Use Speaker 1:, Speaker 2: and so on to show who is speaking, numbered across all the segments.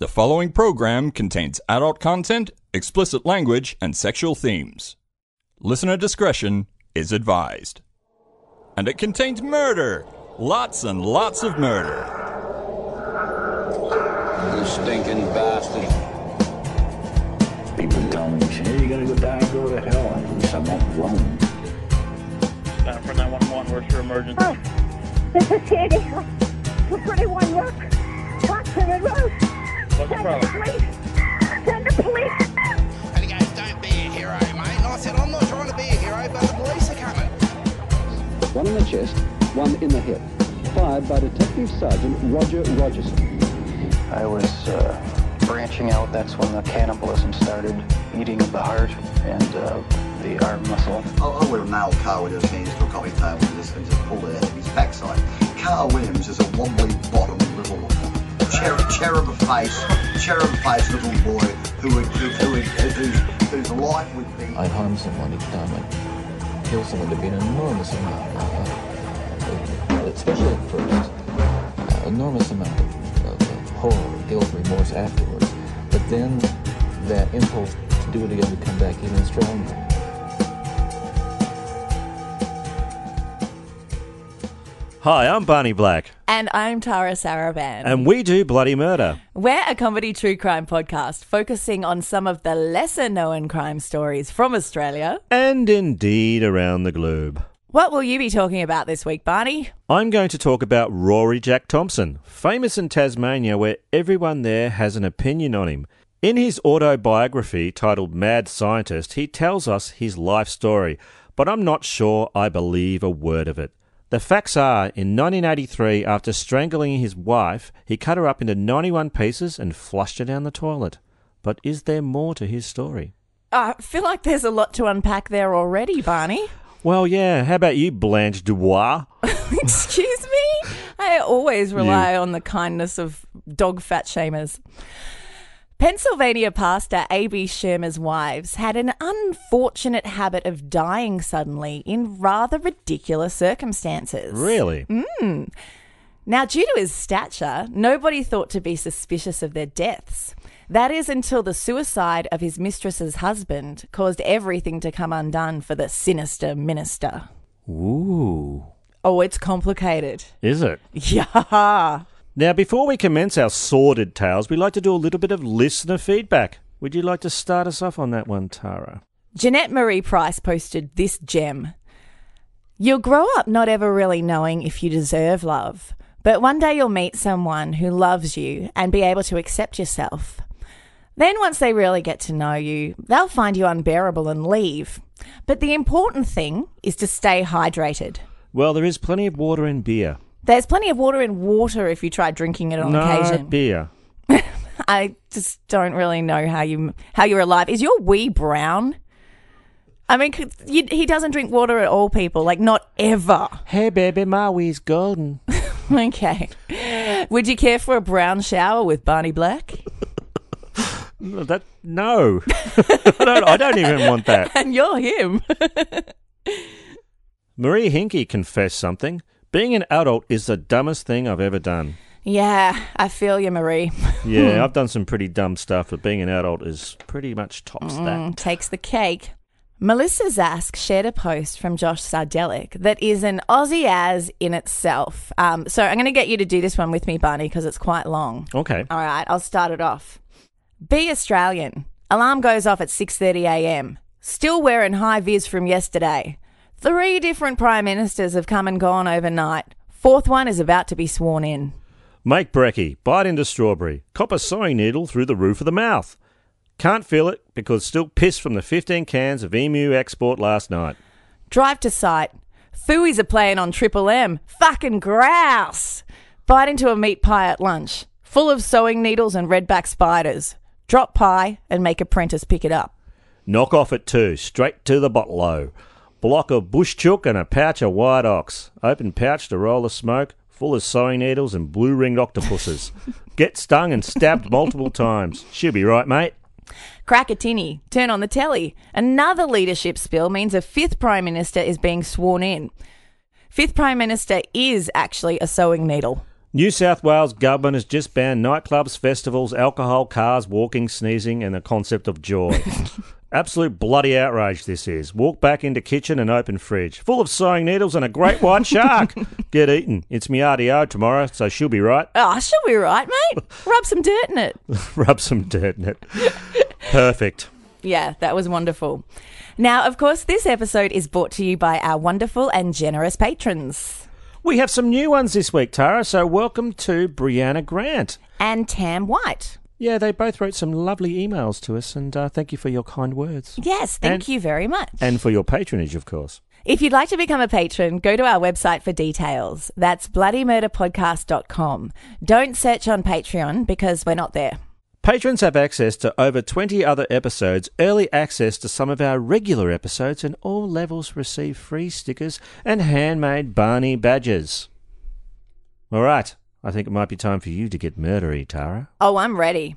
Speaker 1: The following program contains adult content, explicit language, and sexual themes. Listener discretion is advised. And it contains murder! Lots and lots of murder.
Speaker 2: You stinking bastard.
Speaker 3: People tell me, hey, you're gonna go die and go to hell. At least I'm not alone.
Speaker 4: Center for 911, where's your emergency?
Speaker 5: This is Sandy. 41 Rock. Watson and Rose.
Speaker 4: What's the
Speaker 5: Send
Speaker 4: problem?
Speaker 5: the police. Send the police.
Speaker 6: And he goes, don't be a hero, mate. And I said, I'm not trying to be a hero, but the police are coming.
Speaker 2: One in the chest, one in the hip. Fired by Detective Sergeant Roger Rogerson.
Speaker 7: I was uh, branching out. That's when the cannibalism started, eating of the heart and uh, the arm muscle.
Speaker 8: I, I would have nailed Carl Williams' hands to a coffee table and just, and just pulled it out of his backside. Carl Williams is a wobbly bottom little cher- cherub face, cherub face little boy who would, who, who would, whose, whose life would be.
Speaker 9: I'd harm someone each time I'd kill someone to be an enormous amount. Uh, especially at first. Uh, enormous amount of, of, of horror, guilt, remorse afterwards. But then that impulse to do it again would come back even stronger.
Speaker 10: Hi, I'm Barney Black,
Speaker 11: And I'm Tara Saraban.
Speaker 10: and we do Bloody Murder.
Speaker 11: We're a comedy true crime podcast focusing on some of the lesser known crime stories from Australia.
Speaker 10: And indeed around the globe.
Speaker 11: What will you be talking about this week, Barney?
Speaker 10: I'm going to talk about Rory Jack Thompson, famous in Tasmania where everyone there has an opinion on him. In his autobiography titled Mad Scientist, he tells us his life story, but I'm not sure I believe a word of it. The facts are in 1983, after strangling his wife, he cut her up into 91 pieces and flushed her down the toilet. But is there more to his story?
Speaker 11: I feel like there's a lot to unpack there already, Barney.
Speaker 10: Well, yeah. How about you, Blanche Dubois?
Speaker 11: Excuse me? I always rely
Speaker 10: You-
Speaker 11: on the kindness of dog fat shamers. Pennsylvania pastor A.B. Shermer's wives had an unfortunate habit of dying suddenly in rather ridiculous circumstances.
Speaker 10: Really?
Speaker 1: Mm-hmm.
Speaker 11: Now, due to his stature, nobody thought to be suspicious of their deaths. That is until the suicide of his mistress's husband caused everything to come undone for the sinister minister.
Speaker 10: Ooh.
Speaker 11: Oh, it's complicated.
Speaker 10: Is it?
Speaker 11: Yeah.
Speaker 10: Now, before we commence our sordid tales, we like to do a little bit of listener feedback. Would you like to start us off on that one, Tara?
Speaker 11: Jeanette Marie Price posted this gem. You'll grow up not ever really knowing if you deserve love, but one day you'll meet someone who loves you and be able to accept yourself. Then, once they really get to know you, they'll find you unbearable and leave. But the important thing is to stay hydrated.
Speaker 10: Well, there is plenty of water in beer.
Speaker 11: There's plenty of water in water if you try drinking it on
Speaker 10: no
Speaker 11: occasion.
Speaker 10: beer.
Speaker 11: I just don't really know how you how you're alive. Is your wee brown? I mean, could- you, he doesn't drink water at all. People like not ever.
Speaker 10: Hey, baby, my wee's golden.
Speaker 11: Okay. Would you care for a brown shower with Barney Black
Speaker 10: No, that no, I, don't, I don't even want that.
Speaker 11: and you're him?
Speaker 10: Marie Hinkey confessed something. Being an adult is the dumbest thing I've ever done.
Speaker 11: yeah, I feel you, Marie.
Speaker 10: Yeah, I've done some pretty dumb stuff, but being an adult is pretty much tops that.
Speaker 11: Mm, takes the cake. Melissa Zask shared a post from Josh Sardelic that is an Aussie as in itself. Um, so I'm going to get you to do this one with me, Barney, because it's quite long.
Speaker 10: Okay.
Speaker 11: All right, I'll start it off. Be Australian. Alarm goes off at 6:30 a.m. Still wearing high vis from yesterday. Three different prime ministers have come and gone overnight. Fourth one is about to be sworn in.
Speaker 10: Make brekkie, bite into strawberry, cop a sewing needle through the roof of the mouth. Can't feel it because still pissed from the 15 cans of emu export last night.
Speaker 11: Drive to site. Fooey's are playing on Triple M. Fucking grouse. Bite into a meat pie at lunch.
Speaker 8: full of sewing needles and redback spiders. Drop pie and make apprentice pick it up.
Speaker 10: Knock off at two, straight to the botlow. Block of bush chook and a pouch of white ox. Open pouch to roll of smoke, full of sewing needles and blue ringed octopuses. Get stung and stabbed multiple times. She'll be right, mate.
Speaker 8: Crack a tinny, turn on the telly. Another leadership spill means a fifth Prime Minister is being sworn in. Fifth Prime Minister is actually a sewing needle.
Speaker 10: New South Wales government has just banned nightclubs, festivals, alcohol, cars, walking, sneezing, and the concept of joy. Absolute bloody outrage this is. Walk back into kitchen and open fridge, full of sewing needles and a great white shark. Get eaten. It's me RDO tomorrow, so she'll be right.
Speaker 8: Oh, she'll be right, mate. Rub some dirt in it.
Speaker 10: Rub some dirt in it. Perfect.
Speaker 8: Yeah, that was wonderful. Now, of course, this episode is brought to you by our wonderful and generous patrons.
Speaker 10: We have some new ones this week, Tara, so welcome to Brianna Grant.
Speaker 8: And Tam White.
Speaker 10: Yeah, they both wrote some lovely emails to us, and uh, thank you for your kind words.
Speaker 8: Yes, thank
Speaker 10: And-
Speaker 8: you very much.
Speaker 10: And for your patronage, of course.
Speaker 8: If you'd like to become a patron, go to our website for details. That's bloodymurderpodcast.com. Don't search on Patreon because we're not there.
Speaker 10: Patrons have access to over 20 other episodes, early access to some of our regular episodes, and all levels receive free stickers and handmade Barney badges. All right, I think it might be time for you to get murdery, Tara.
Speaker 8: Oh, I'm ready.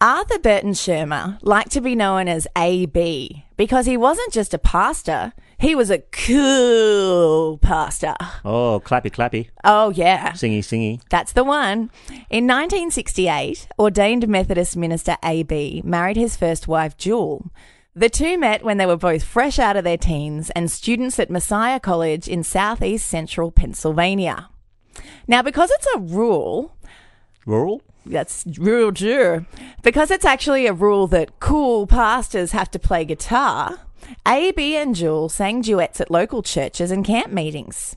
Speaker 8: Arthur Burton Shermer liked to be known as AB because he wasn't just a pastor, he was a cool pastor.
Speaker 10: Oh, clappy clappy.
Speaker 8: Oh, yeah.
Speaker 10: Singy singy.
Speaker 8: That's the one. In 1968, ordained Methodist minister A.B. married his first wife, Jewel. The two met when they were both fresh out of their teens and students at Messiah College in southeast central Pennsylvania. Now, because it's a rule,
Speaker 10: Rural?
Speaker 8: that's real Jew. Because it's actually a rule that cool pastors have to play guitar, AB and Jewel sang duets at local churches and camp meetings.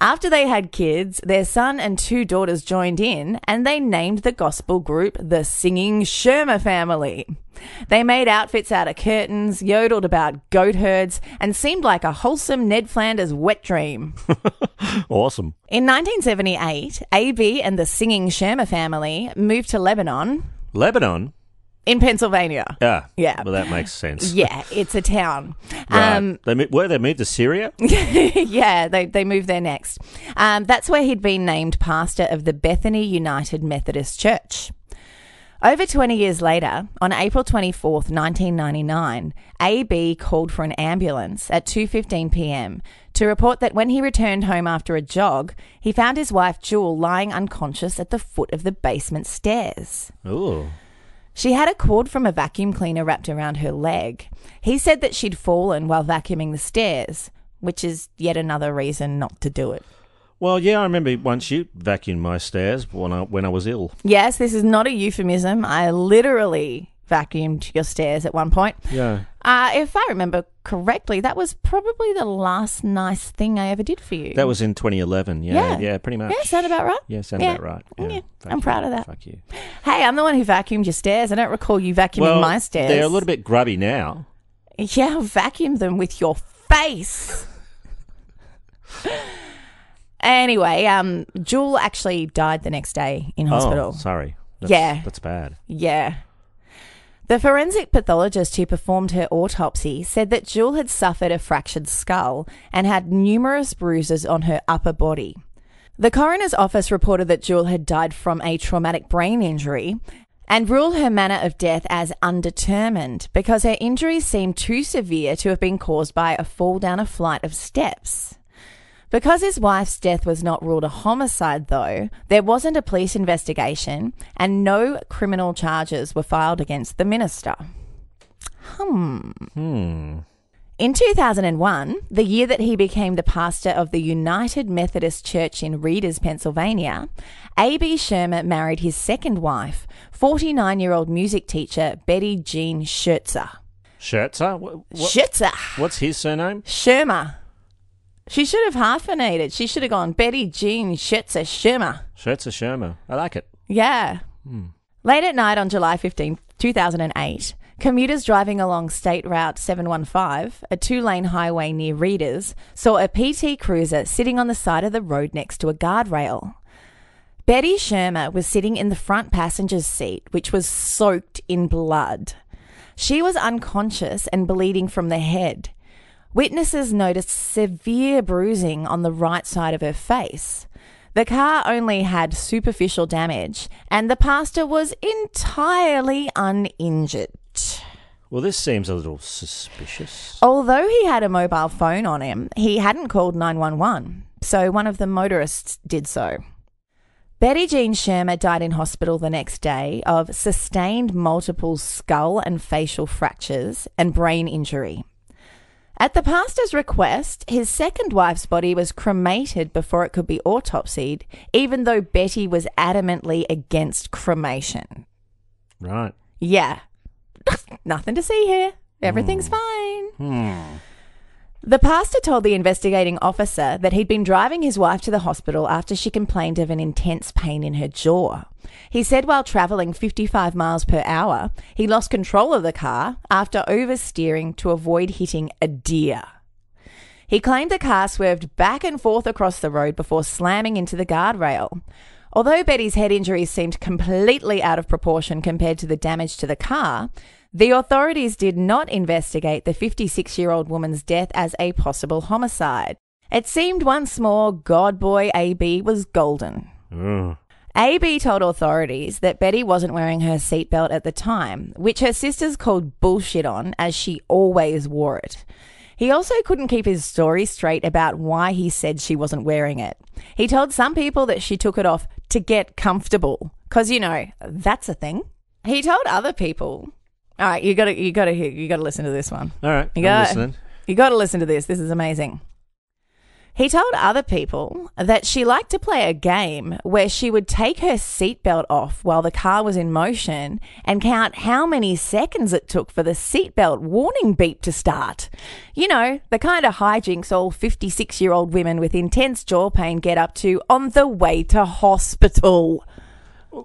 Speaker 8: After they had kids, their son and two daughters joined in and they named the gospel group the Singing Shermer Family. They made outfits out of curtains, yodeled about goat herds, and seemed like a wholesome Ned Flanders wet dream.
Speaker 10: Awesome.
Speaker 8: In 1978, AB and the singing Shermer family moved to Lebanon
Speaker 10: Lebanon?
Speaker 8: in Pennsylvania.
Speaker 10: Yeah.
Speaker 8: Yeah.
Speaker 10: Well, that makes sense.
Speaker 8: Yeah, it's a town.
Speaker 10: Right.
Speaker 8: Um,
Speaker 10: they mo- where they moved to Syria?
Speaker 8: yeah, they, they moved there next. Um, that's where he'd been named pastor of the Bethany United Methodist Church. Over 20 years later, on April 24th, 1999, AB called for an ambulance at 2:15 p.m. to report that when he returned home after a jog, he found his wife Jewel lying unconscious at the foot of the basement stairs.
Speaker 10: Ooh.
Speaker 8: She had a cord from a vacuum cleaner wrapped around her leg. He said that she'd fallen while vacuuming the stairs, which is yet another reason not to do it.
Speaker 10: Well, yeah, I remember once you vacuumed my stairs when I, when I was ill.
Speaker 8: Yes, this is not a euphemism. I literally vacuumed your stairs at one point.
Speaker 10: Yeah.
Speaker 8: Uh, if I remember correctly, that was probably the last nice thing I ever did for you.
Speaker 10: That was in 2011. Yeah. Yeah,
Speaker 8: Yeah.
Speaker 10: pretty much.
Speaker 8: Yeah, sound about right?
Speaker 10: Yeah, sound
Speaker 8: Yeah.
Speaker 10: about right. Yeah.
Speaker 8: I'm proud of that.
Speaker 10: Fuck you.
Speaker 8: Hey, I'm the one who vacuumed your stairs. I don't recall you vacuuming
Speaker 10: well,
Speaker 8: my stairs.
Speaker 10: They're a little bit grubby now.
Speaker 8: Yeah, vacuum them with your face. anyway, um, Jewel actually died the next day in
Speaker 10: Oh,
Speaker 8: hospital.
Speaker 10: sorry. That's,
Speaker 8: Yeah.
Speaker 10: That's bad.
Speaker 8: Yeah. The forensic pathologist who performed her autopsy said that Jewel had suffered a fractured skull and had numerous bruises on her upper body. The coroner's office reported that Jewel had died from a traumatic brain injury and ruled her manner of death as undetermined because her injuries seemed too severe to have been caused by a fall down a flight of steps. Because his wife's death was not ruled a homicide, though, there wasn't a police investigation and no criminal charges were filed against the minister. Hmm.
Speaker 10: Hmm.
Speaker 8: In 2001, the year that he became the pastor of the United Methodist Church in Readers, Pennsylvania, A.B. Shermer married his second wife, 49 year old music teacher Betty Jean Schertzer.
Speaker 10: Scherzer? What,
Speaker 8: Scherzer!
Speaker 10: What's his surname?
Speaker 8: Shermer. She should have hyphenated. She should have gone Betty Jean Schertzer Shermer.
Speaker 10: Scherzer Shermer. I like it.
Speaker 8: Yeah.
Speaker 10: Hmm.
Speaker 8: Late at night on July 15, 2008, commuters driving along State Route 715, a two lane highway near Readers, saw a PT cruiser sitting on the side of the road next to a guardrail. Betty Shermer was sitting in the front passenger's seat, which was soaked in blood. She was unconscious and bleeding from the head. Witnesses noticed severe bruising on the right side of her face. The car only had superficial damage, and the pastor was entirely uninjured.
Speaker 10: Well, this seems a little suspicious.
Speaker 8: Although he had a mobile phone on him, he hadn't called 911, so one of the motorists did so. Betty Jean Shermer died in hospital the next day of sustained multiple skull and facial fractures and brain injury. At the pastor's request, his second wife's body was cremated before it could be autopsied, even though Betty was adamantly against cremation.
Speaker 10: Right.
Speaker 8: Yeah. Nothing to see here. Everything's fine. The pastor told the investigating officer that he'd been driving his wife to the hospital after she complained of an intense pain in her jaw. He said while traveling 55 miles per hour, he lost control of the car after oversteering to avoid hitting a deer. He claimed the car swerved back and forth across the road before slamming into the guardrail. Although Betty's head injuries seemed completely out of proportion compared to the damage to the car, the authorities did not investigate the 56 year old woman's death as a possible homicide. It seemed once more God boy AB was golden.
Speaker 10: Ugh.
Speaker 8: AB told authorities that Betty wasn't wearing her seatbelt at the time, which her sisters called bullshit on as she always wore it. He also couldn't keep his story straight about why he said she wasn't wearing it. He told some people that she took it off to get comfortable, cause you know that's a thing. He told other people. All right, you gotta, you gotta, hear, you gotta listen to this one.
Speaker 10: All right.
Speaker 8: You
Speaker 10: I'm
Speaker 8: got
Speaker 10: listening.
Speaker 8: You got to listen to this. This is amazing. He told other people that she liked to play a game where she would take her seatbelt off while the car was in motion and count how many seconds it took for the seatbelt warning beep to start. You know, the kind of hijinks all 56 year old women with intense jaw pain get up to on the way to hospital.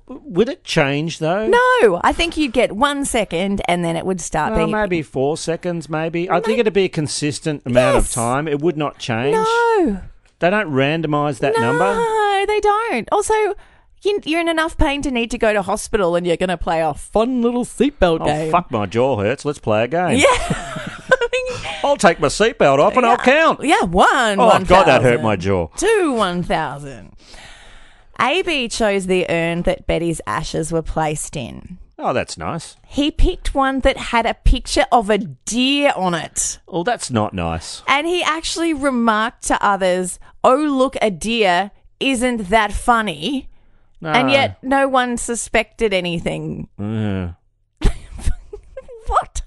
Speaker 10: Would it change though?
Speaker 8: No, I think you'd get one second and then it would start
Speaker 10: Well,
Speaker 8: beeping.
Speaker 10: maybe four seconds, maybe. I think it'd be a consistent amount of
Speaker 8: Yes.
Speaker 10: time. It would not change.
Speaker 8: No.
Speaker 10: They don't randomise that number.
Speaker 8: No, they don't. Also, you- you're in enough pain to need to go to hospital and you're going to play a fun little seatbelt
Speaker 10: Oh,
Speaker 8: game.
Speaker 10: fuck, my jaw hurts. Let's play a game.
Speaker 8: Yeah.
Speaker 10: I'll take my seatbelt off and I'll count.
Speaker 8: Yeah, one.
Speaker 10: Oh, God, that
Speaker 8: 1,000.
Speaker 10: hurt my jaw.
Speaker 8: Two 1,000. AB chose the urn that Betty's ashes were placed in.
Speaker 10: Oh, that's nice.
Speaker 8: He picked one that had a picture of a deer on it.
Speaker 10: Oh, that's not nice.
Speaker 8: And he actually remarked to others, Oh, look, a deer. Isn't that funny? And
Speaker 10: No.
Speaker 8: yet, no one suspected anything.
Speaker 10: Ah. Yeah.
Speaker 8: What?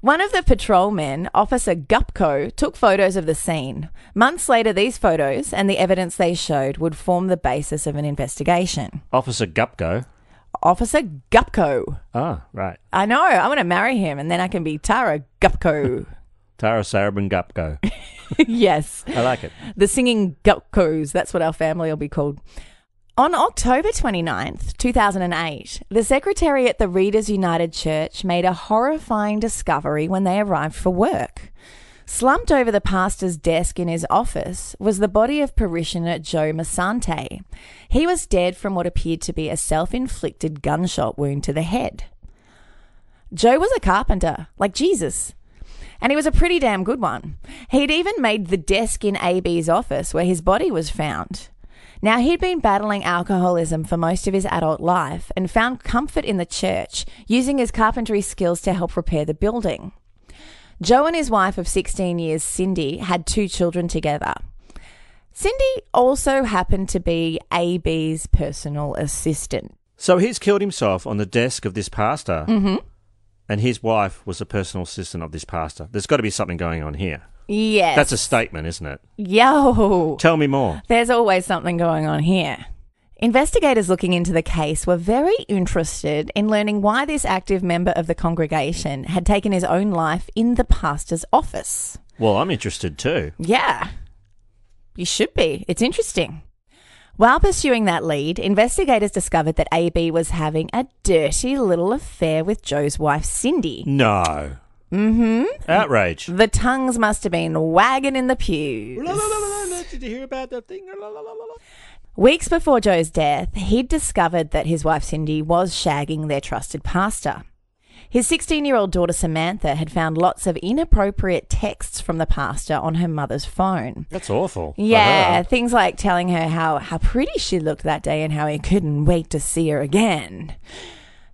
Speaker 8: One of the patrolmen, Officer Gupko, took photos of the scene. Months later, these photos and the evidence they showed would form the basis of an investigation.
Speaker 10: Officer Gupko.
Speaker 8: Officer Gupko.
Speaker 10: Ah, right.
Speaker 8: I know, I want to marry him and then I can be Tara Gupko.
Speaker 10: Tara Sarabin Gupko.
Speaker 8: yes.
Speaker 10: I like it.
Speaker 8: The singing Gupkos, that's what our family will be called. On October 29th, 2008, the secretary at the Readers United Church made a horrifying discovery when they arrived for work. Slumped over the pastor's desk in his office was the body of parishioner Joe Masante. He was dead from what appeared to be a self inflicted gunshot wound to the head. Joe was a carpenter, like Jesus. And he was a pretty damn good one. He'd even made the desk in AB's office where his body was found. Now, he'd been battling alcoholism for most of his adult life and found comfort in the church, using his carpentry skills to help repair the building. Joe and his wife of 16 years, Cindy, had two children together. Cindy also happened to be AB's personal assistant.
Speaker 10: So he's killed himself on the desk of this pastor,
Speaker 8: hmm
Speaker 10: and his wife was a personal assistant of this pastor. There's got to be something going on here.
Speaker 8: Yes.
Speaker 10: That's a statement, isn't it?
Speaker 8: Yo.
Speaker 10: Tell me more.
Speaker 8: There's always something going on here. Investigators looking into the case were very interested in learning why this active member of the congregation had taken his own life in the pastor's office.
Speaker 10: Well, I'm interested too.
Speaker 8: Yeah. You should be. It's interesting. While pursuing that lead, investigators discovered that AB was having a dirty little affair with Joe's wife, Cindy.
Speaker 10: No.
Speaker 8: Mm hmm.
Speaker 10: Outrage.
Speaker 8: The tongues must have been wagging in the pews.
Speaker 10: Did you hear about that thing?
Speaker 8: Weeks before Joe's death, he'd discovered that his wife Cindy was shagging their trusted pastor. His 16 year old daughter Samantha had found lots of inappropriate texts from the pastor on her mother's phone.
Speaker 10: That's awful. for
Speaker 8: Yeah,
Speaker 10: her.
Speaker 8: things like telling her how, how pretty she looked that day and how he couldn't wait to see her again.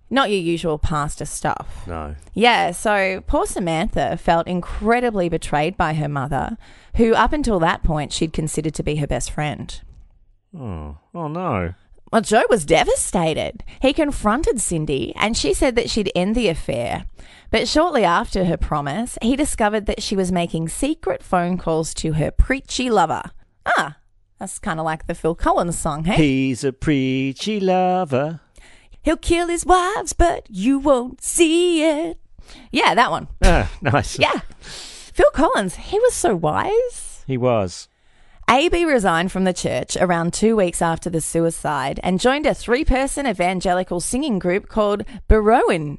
Speaker 8: Not your usual pastor stuff.
Speaker 10: No.
Speaker 8: Yeah, so poor Samantha felt incredibly betrayed by her mother, who up until that point she'd considered to be her best friend.
Speaker 10: Oh, oh no.
Speaker 8: Well, Joe was devastated. He confronted Cindy and she said that she'd end the affair. But shortly after her promise, he discovered that she was making secret phone calls to her preachy lover. Ah, that's kind of like the Phil Collins song, hey?
Speaker 10: He's a preachy lover.
Speaker 8: He'll kill his wives, but you won't see it. Yeah, that one.
Speaker 10: Ah, nice.
Speaker 8: Yeah. Phil Collins, he was so wise.
Speaker 10: He was.
Speaker 8: AB resigned from the church around two weeks after the suicide and joined a three person evangelical singing group called Barrowan.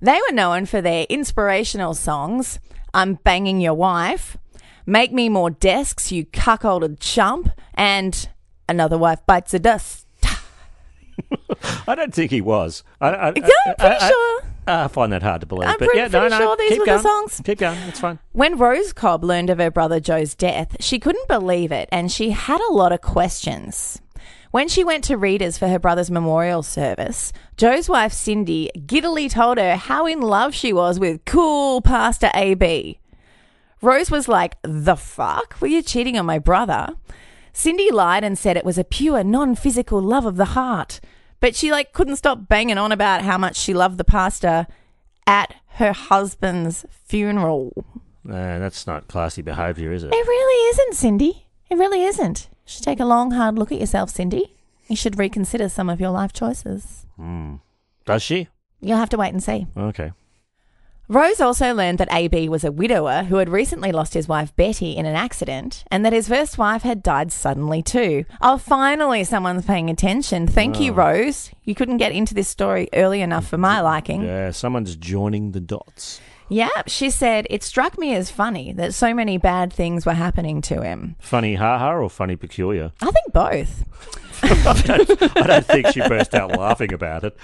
Speaker 8: They were known for their inspirational songs I'm Banging Your Wife, Make Me More Desks, You Cuckolded Chump, and Another Wife Bites the Dust.
Speaker 10: I don't think he was. I, I,
Speaker 8: Yeah, I'm pretty
Speaker 10: I- I-
Speaker 8: sure.
Speaker 10: I find that hard to believe.
Speaker 8: I'm
Speaker 10: but
Speaker 8: pretty-
Speaker 10: yeah, no,
Speaker 8: pretty
Speaker 10: no.
Speaker 8: sure these
Speaker 10: keep
Speaker 8: were the
Speaker 10: going.
Speaker 8: songs.
Speaker 10: Keep going. It's fine.
Speaker 8: When Rose Cobb learned of her brother Joe's death, she couldn't believe it and she had a lot of questions. When she went to readers for her brother's memorial service, Joe's wife Cindy giddily told her how in love she was with cool Pastor AB. Rose was like, The fuck? Were you cheating on my brother? Cindy lied and said it was a pure, non physical love of the heart. But she like couldn't stop banging on about how much she loved the pastor at her husband's funeral.
Speaker 10: Nah, that's not classy behaviour, is it?
Speaker 8: It really isn't, Cindy. It really isn't. You should take a long, hard look at yourself, Cindy. You should reconsider some of your life choices.
Speaker 10: Mm. Does she?
Speaker 8: You'll have to wait and see.
Speaker 10: Okay.
Speaker 8: Rose also learned that AB was a widower who had recently lost his wife Betty in an accident and that his first wife had died suddenly too. Oh, finally, someone's paying attention. Thank you,
Speaker 10: Oh.
Speaker 8: Rose. You couldn't get into this story early enough for my liking.
Speaker 10: Yeah, someone's joining the dots.
Speaker 8: Yeah, she said, it struck me as funny that so many bad things were happening to him.
Speaker 10: Funny haha or funny peculiar?
Speaker 8: I think both.
Speaker 10: I don't think she burst out laughing about it.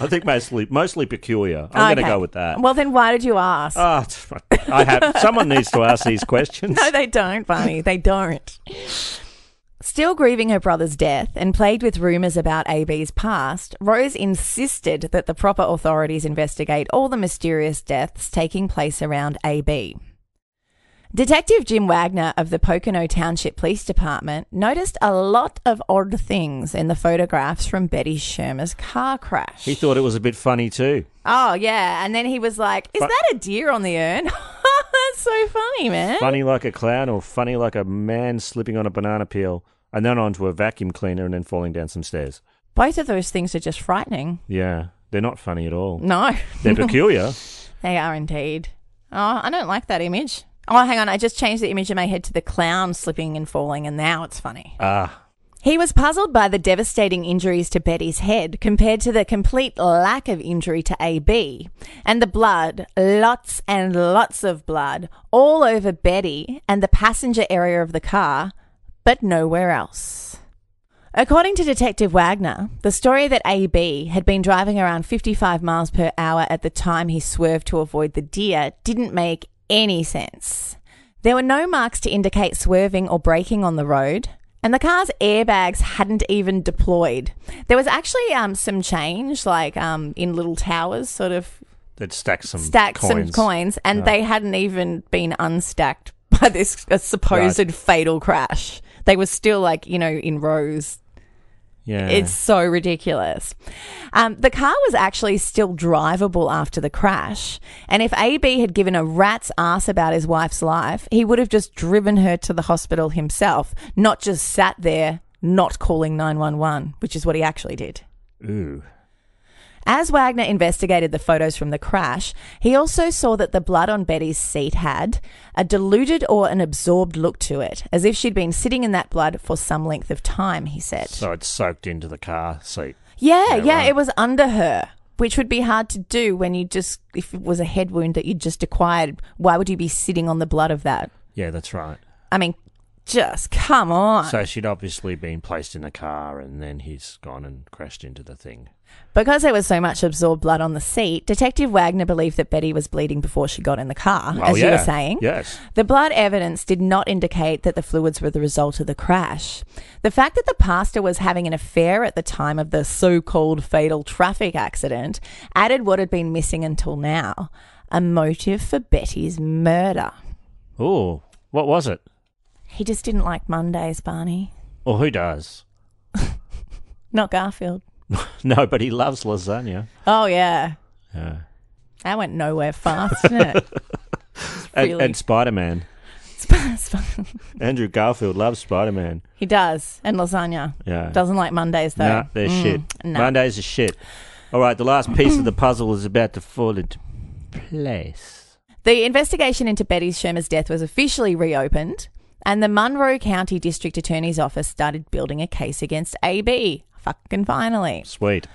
Speaker 10: I think mostly mostly peculiar. I'm going
Speaker 8: Okay.
Speaker 10: to go with that.
Speaker 8: Well, then why did you ask?
Speaker 10: Ah, t- I have someone needs to ask these questions.
Speaker 8: no, they don't, Barney. They don't. Still grieving her brother's death and plagued with rumours about AB's past, Rose insisted that the proper authorities investigate all the mysterious deaths taking place around AB. Detective Jim Wagner of the Pocono Township Police Department noticed a lot of odd things in the photographs from Betty Shermer's car crash.
Speaker 10: He thought it was a bit funny too.
Speaker 8: Oh, yeah. And then he was like, Is
Speaker 10: Fu-
Speaker 8: that a deer on the urn? That's so funny, man.
Speaker 10: Funny like a clown or funny like a man slipping on a banana peel and then onto a vacuum cleaner and then falling down some stairs.
Speaker 8: Both of those things are just frightening.
Speaker 10: Yeah, they're not funny at all.
Speaker 8: No.
Speaker 10: They're peculiar.
Speaker 8: They are indeed. Oh, I don't like that image. Oh, hang on. I just changed the image in my head to the clown slipping and falling, and now it's funny.
Speaker 10: Ah,
Speaker 8: He was puzzled by the devastating injuries to Betty's head compared to the complete lack of injury to AB. And the blood, lots and lots of blood, all over Betty and the passenger area of the car, but nowhere else. According to Detective Wagner, the story that AB had been driving around 55 miles per hour at the time he swerved to avoid the deer didn't make any sense. There were no marks to indicate swerving or braking on the road, and the car's airbags hadn't even deployed. There was actually um, some change, like um, in little towers, sort of
Speaker 10: they'd stack some
Speaker 8: stacked
Speaker 10: coins.
Speaker 8: some coins, and
Speaker 10: Yeah.
Speaker 8: they hadn't even been unstacked by this supposed
Speaker 10: Right.
Speaker 8: fatal crash. They were still like you know in rows.
Speaker 10: Yeah.
Speaker 8: It's so ridiculous. Um, the car was actually still drivable after the crash, and if AB had given a rat's ass about his wife's life, he would have just driven her to the hospital himself, not just sat there not calling nine one one, which is what he actually did.
Speaker 10: Ooh.
Speaker 8: As Wagner investigated the photos from the crash, he also saw that the blood on Betty's seat had a diluted or an absorbed look to it, as if she'd been sitting in that blood for some length of time, he said.
Speaker 10: So it's soaked into the car seat.
Speaker 8: Yeah, yeah,
Speaker 10: Yeah, right.
Speaker 8: it was under her, which would be hard to do when you just, if it was a head wound that you'd just acquired, why would you be sitting on the blood of that?
Speaker 10: Yeah, that's right.
Speaker 8: I mean, Just come on.
Speaker 10: So she'd obviously been placed in a car and then he's gone and crashed into the thing.
Speaker 8: Because there was so much absorbed blood on the seat, Detective Wagner believed that Betty was bleeding before she got in the car,
Speaker 10: Well,
Speaker 8: Oh, as you
Speaker 10: yeah.
Speaker 8: were saying.
Speaker 10: Yes.
Speaker 8: The blood evidence did not indicate that the fluids were the result of the crash. The fact that the pastor was having an affair at the time of the so called fatal traffic accident added what had been missing until now a motive for Betty's murder.
Speaker 10: Oh, what was it?
Speaker 8: He just didn't like Mondays, Barney.
Speaker 10: Or who does?
Speaker 8: Not Garfield.
Speaker 10: no, but he loves lasagna.
Speaker 8: Oh, yeah.
Speaker 10: Yeah.
Speaker 8: That went nowhere fast, didn't it?
Speaker 10: And,
Speaker 8: Really?
Speaker 10: and Spider Man. Andrew Garfield loves Spider Man.
Speaker 8: He does, and lasagna.
Speaker 10: Yeah.
Speaker 8: Doesn't like Mondays though.
Speaker 10: Nah, they're
Speaker 8: Mm,
Speaker 10: shit.
Speaker 8: nah.
Speaker 10: Mondays are shit. All right, the last piece of the puzzle is about to fall into place.
Speaker 8: The investigation into Betty Shermer's death was officially reopened, and the Monroe County District Attorney's Office started building a case against AB. Fucking finally.
Speaker 10: Sweet.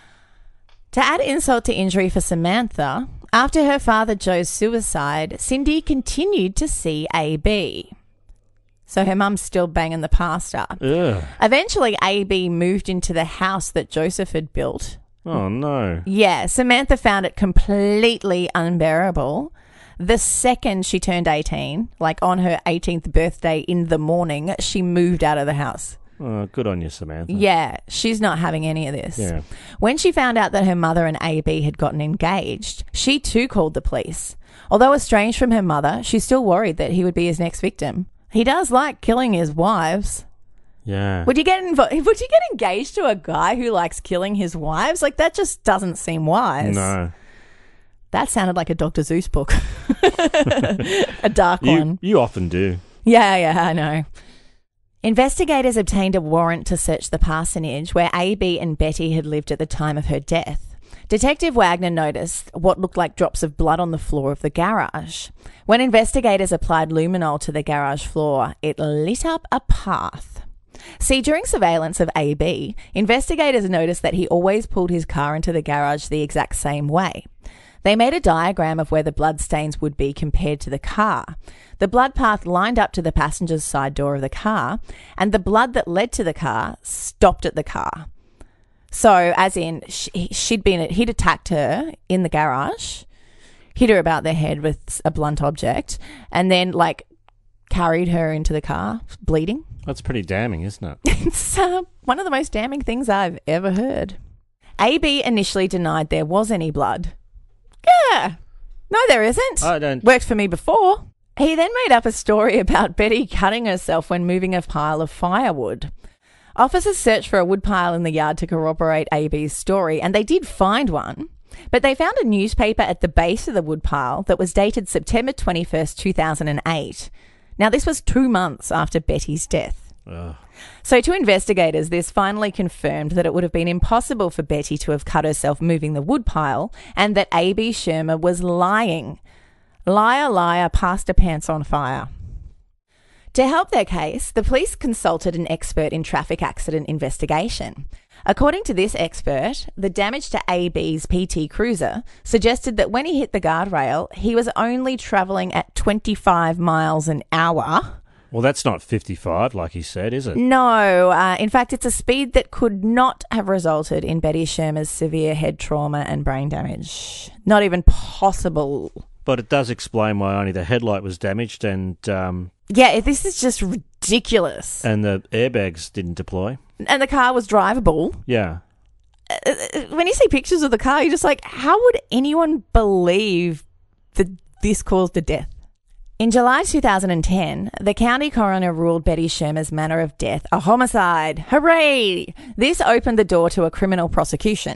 Speaker 8: To add insult to injury for Samantha, after her father Joe's suicide, Cindy continued to see AB. So her mum's still banging the pastor.
Speaker 10: Ugh.
Speaker 8: Eventually, AB moved into the house that Joseph had built.
Speaker 10: Oh, no.
Speaker 8: Yeah, Samantha found it completely unbearable. The second she turned 18, like on her 18th birthday in the morning, she moved out of the house.
Speaker 10: Oh, good on you, Samantha.
Speaker 8: Yeah, she's not having any of this.
Speaker 10: Yeah.
Speaker 8: When she found out that her mother and AB had gotten engaged, she too called the police. Although estranged from her mother, she's still worried that he would be his next victim. He does like killing his wives.
Speaker 10: Yeah.
Speaker 8: Would you get invo- would you get engaged to a guy who likes killing his wives? Like that just doesn't seem wise.
Speaker 10: No.
Speaker 8: That sounded like a Dr. Zeus book. a dark
Speaker 10: You,
Speaker 8: one.
Speaker 10: you often do.
Speaker 8: Yeah, yeah, I know. Investigators obtained a warrant to search the parsonage where AB and Betty had lived at the time of her death. Detective Wagner noticed what looked like drops of blood on the floor of the garage. When investigators applied luminol to the garage floor, it lit up a path. See, during surveillance of AB, investigators noticed that he always pulled his car into the garage the exact same way. They made a diagram of where the blood stains would be compared to the car. The blood path lined up to the passenger's side door of the car, and the blood that led to the car stopped at the car. So, as in, she, she'd been he'd attacked her in the garage, hit her about the head with a blunt object, and then like carried her into the car, bleeding.
Speaker 10: That's pretty damning, isn't it?
Speaker 8: It's uh, one of the most damning things I've ever heard. AB initially denied there was any blood. Yeah. No, there isn't.
Speaker 10: I don't-
Speaker 8: Worked for me before. He then made up a story about Betty cutting herself when moving a pile of firewood. Officers searched for a wood pile in the yard to corroborate AB's story, and they did find one. But they found a newspaper at the base of the wood pile that was dated September 21st, 2008. Now, this was two months after Betty's death.
Speaker 10: Ugh.
Speaker 8: So, to investigators, this finally confirmed that it would have been impossible for Betty to have cut herself moving the woodpile and that A.B. Shermer was lying. Liar, liar, pastor pants on fire. To help their case, the police consulted an expert in traffic accident investigation. According to this expert, the damage to AB's PT Cruiser suggested that when he hit the guardrail, he was only travelling at 25 miles an hour.
Speaker 10: Well, that's not 55, like he said, is it?
Speaker 8: No. Uh, in fact, it's a speed that could not have resulted in Betty Shermer's severe head trauma and brain damage. Not even possible.
Speaker 10: But it does explain why only the headlight was damaged and um,
Speaker 8: Yeah, it- this is just ridiculous.
Speaker 10: and the airbags didn't deploy.
Speaker 8: And the car was drivable.
Speaker 10: Yeah.
Speaker 8: Uh, uh, When you see pictures of the car, you're just like, how would anyone believe that this caused the death? In July 2010, the county coroner ruled Betty Shermer's manner of death a homicide. Hooray! This opened the door to a criminal prosecution.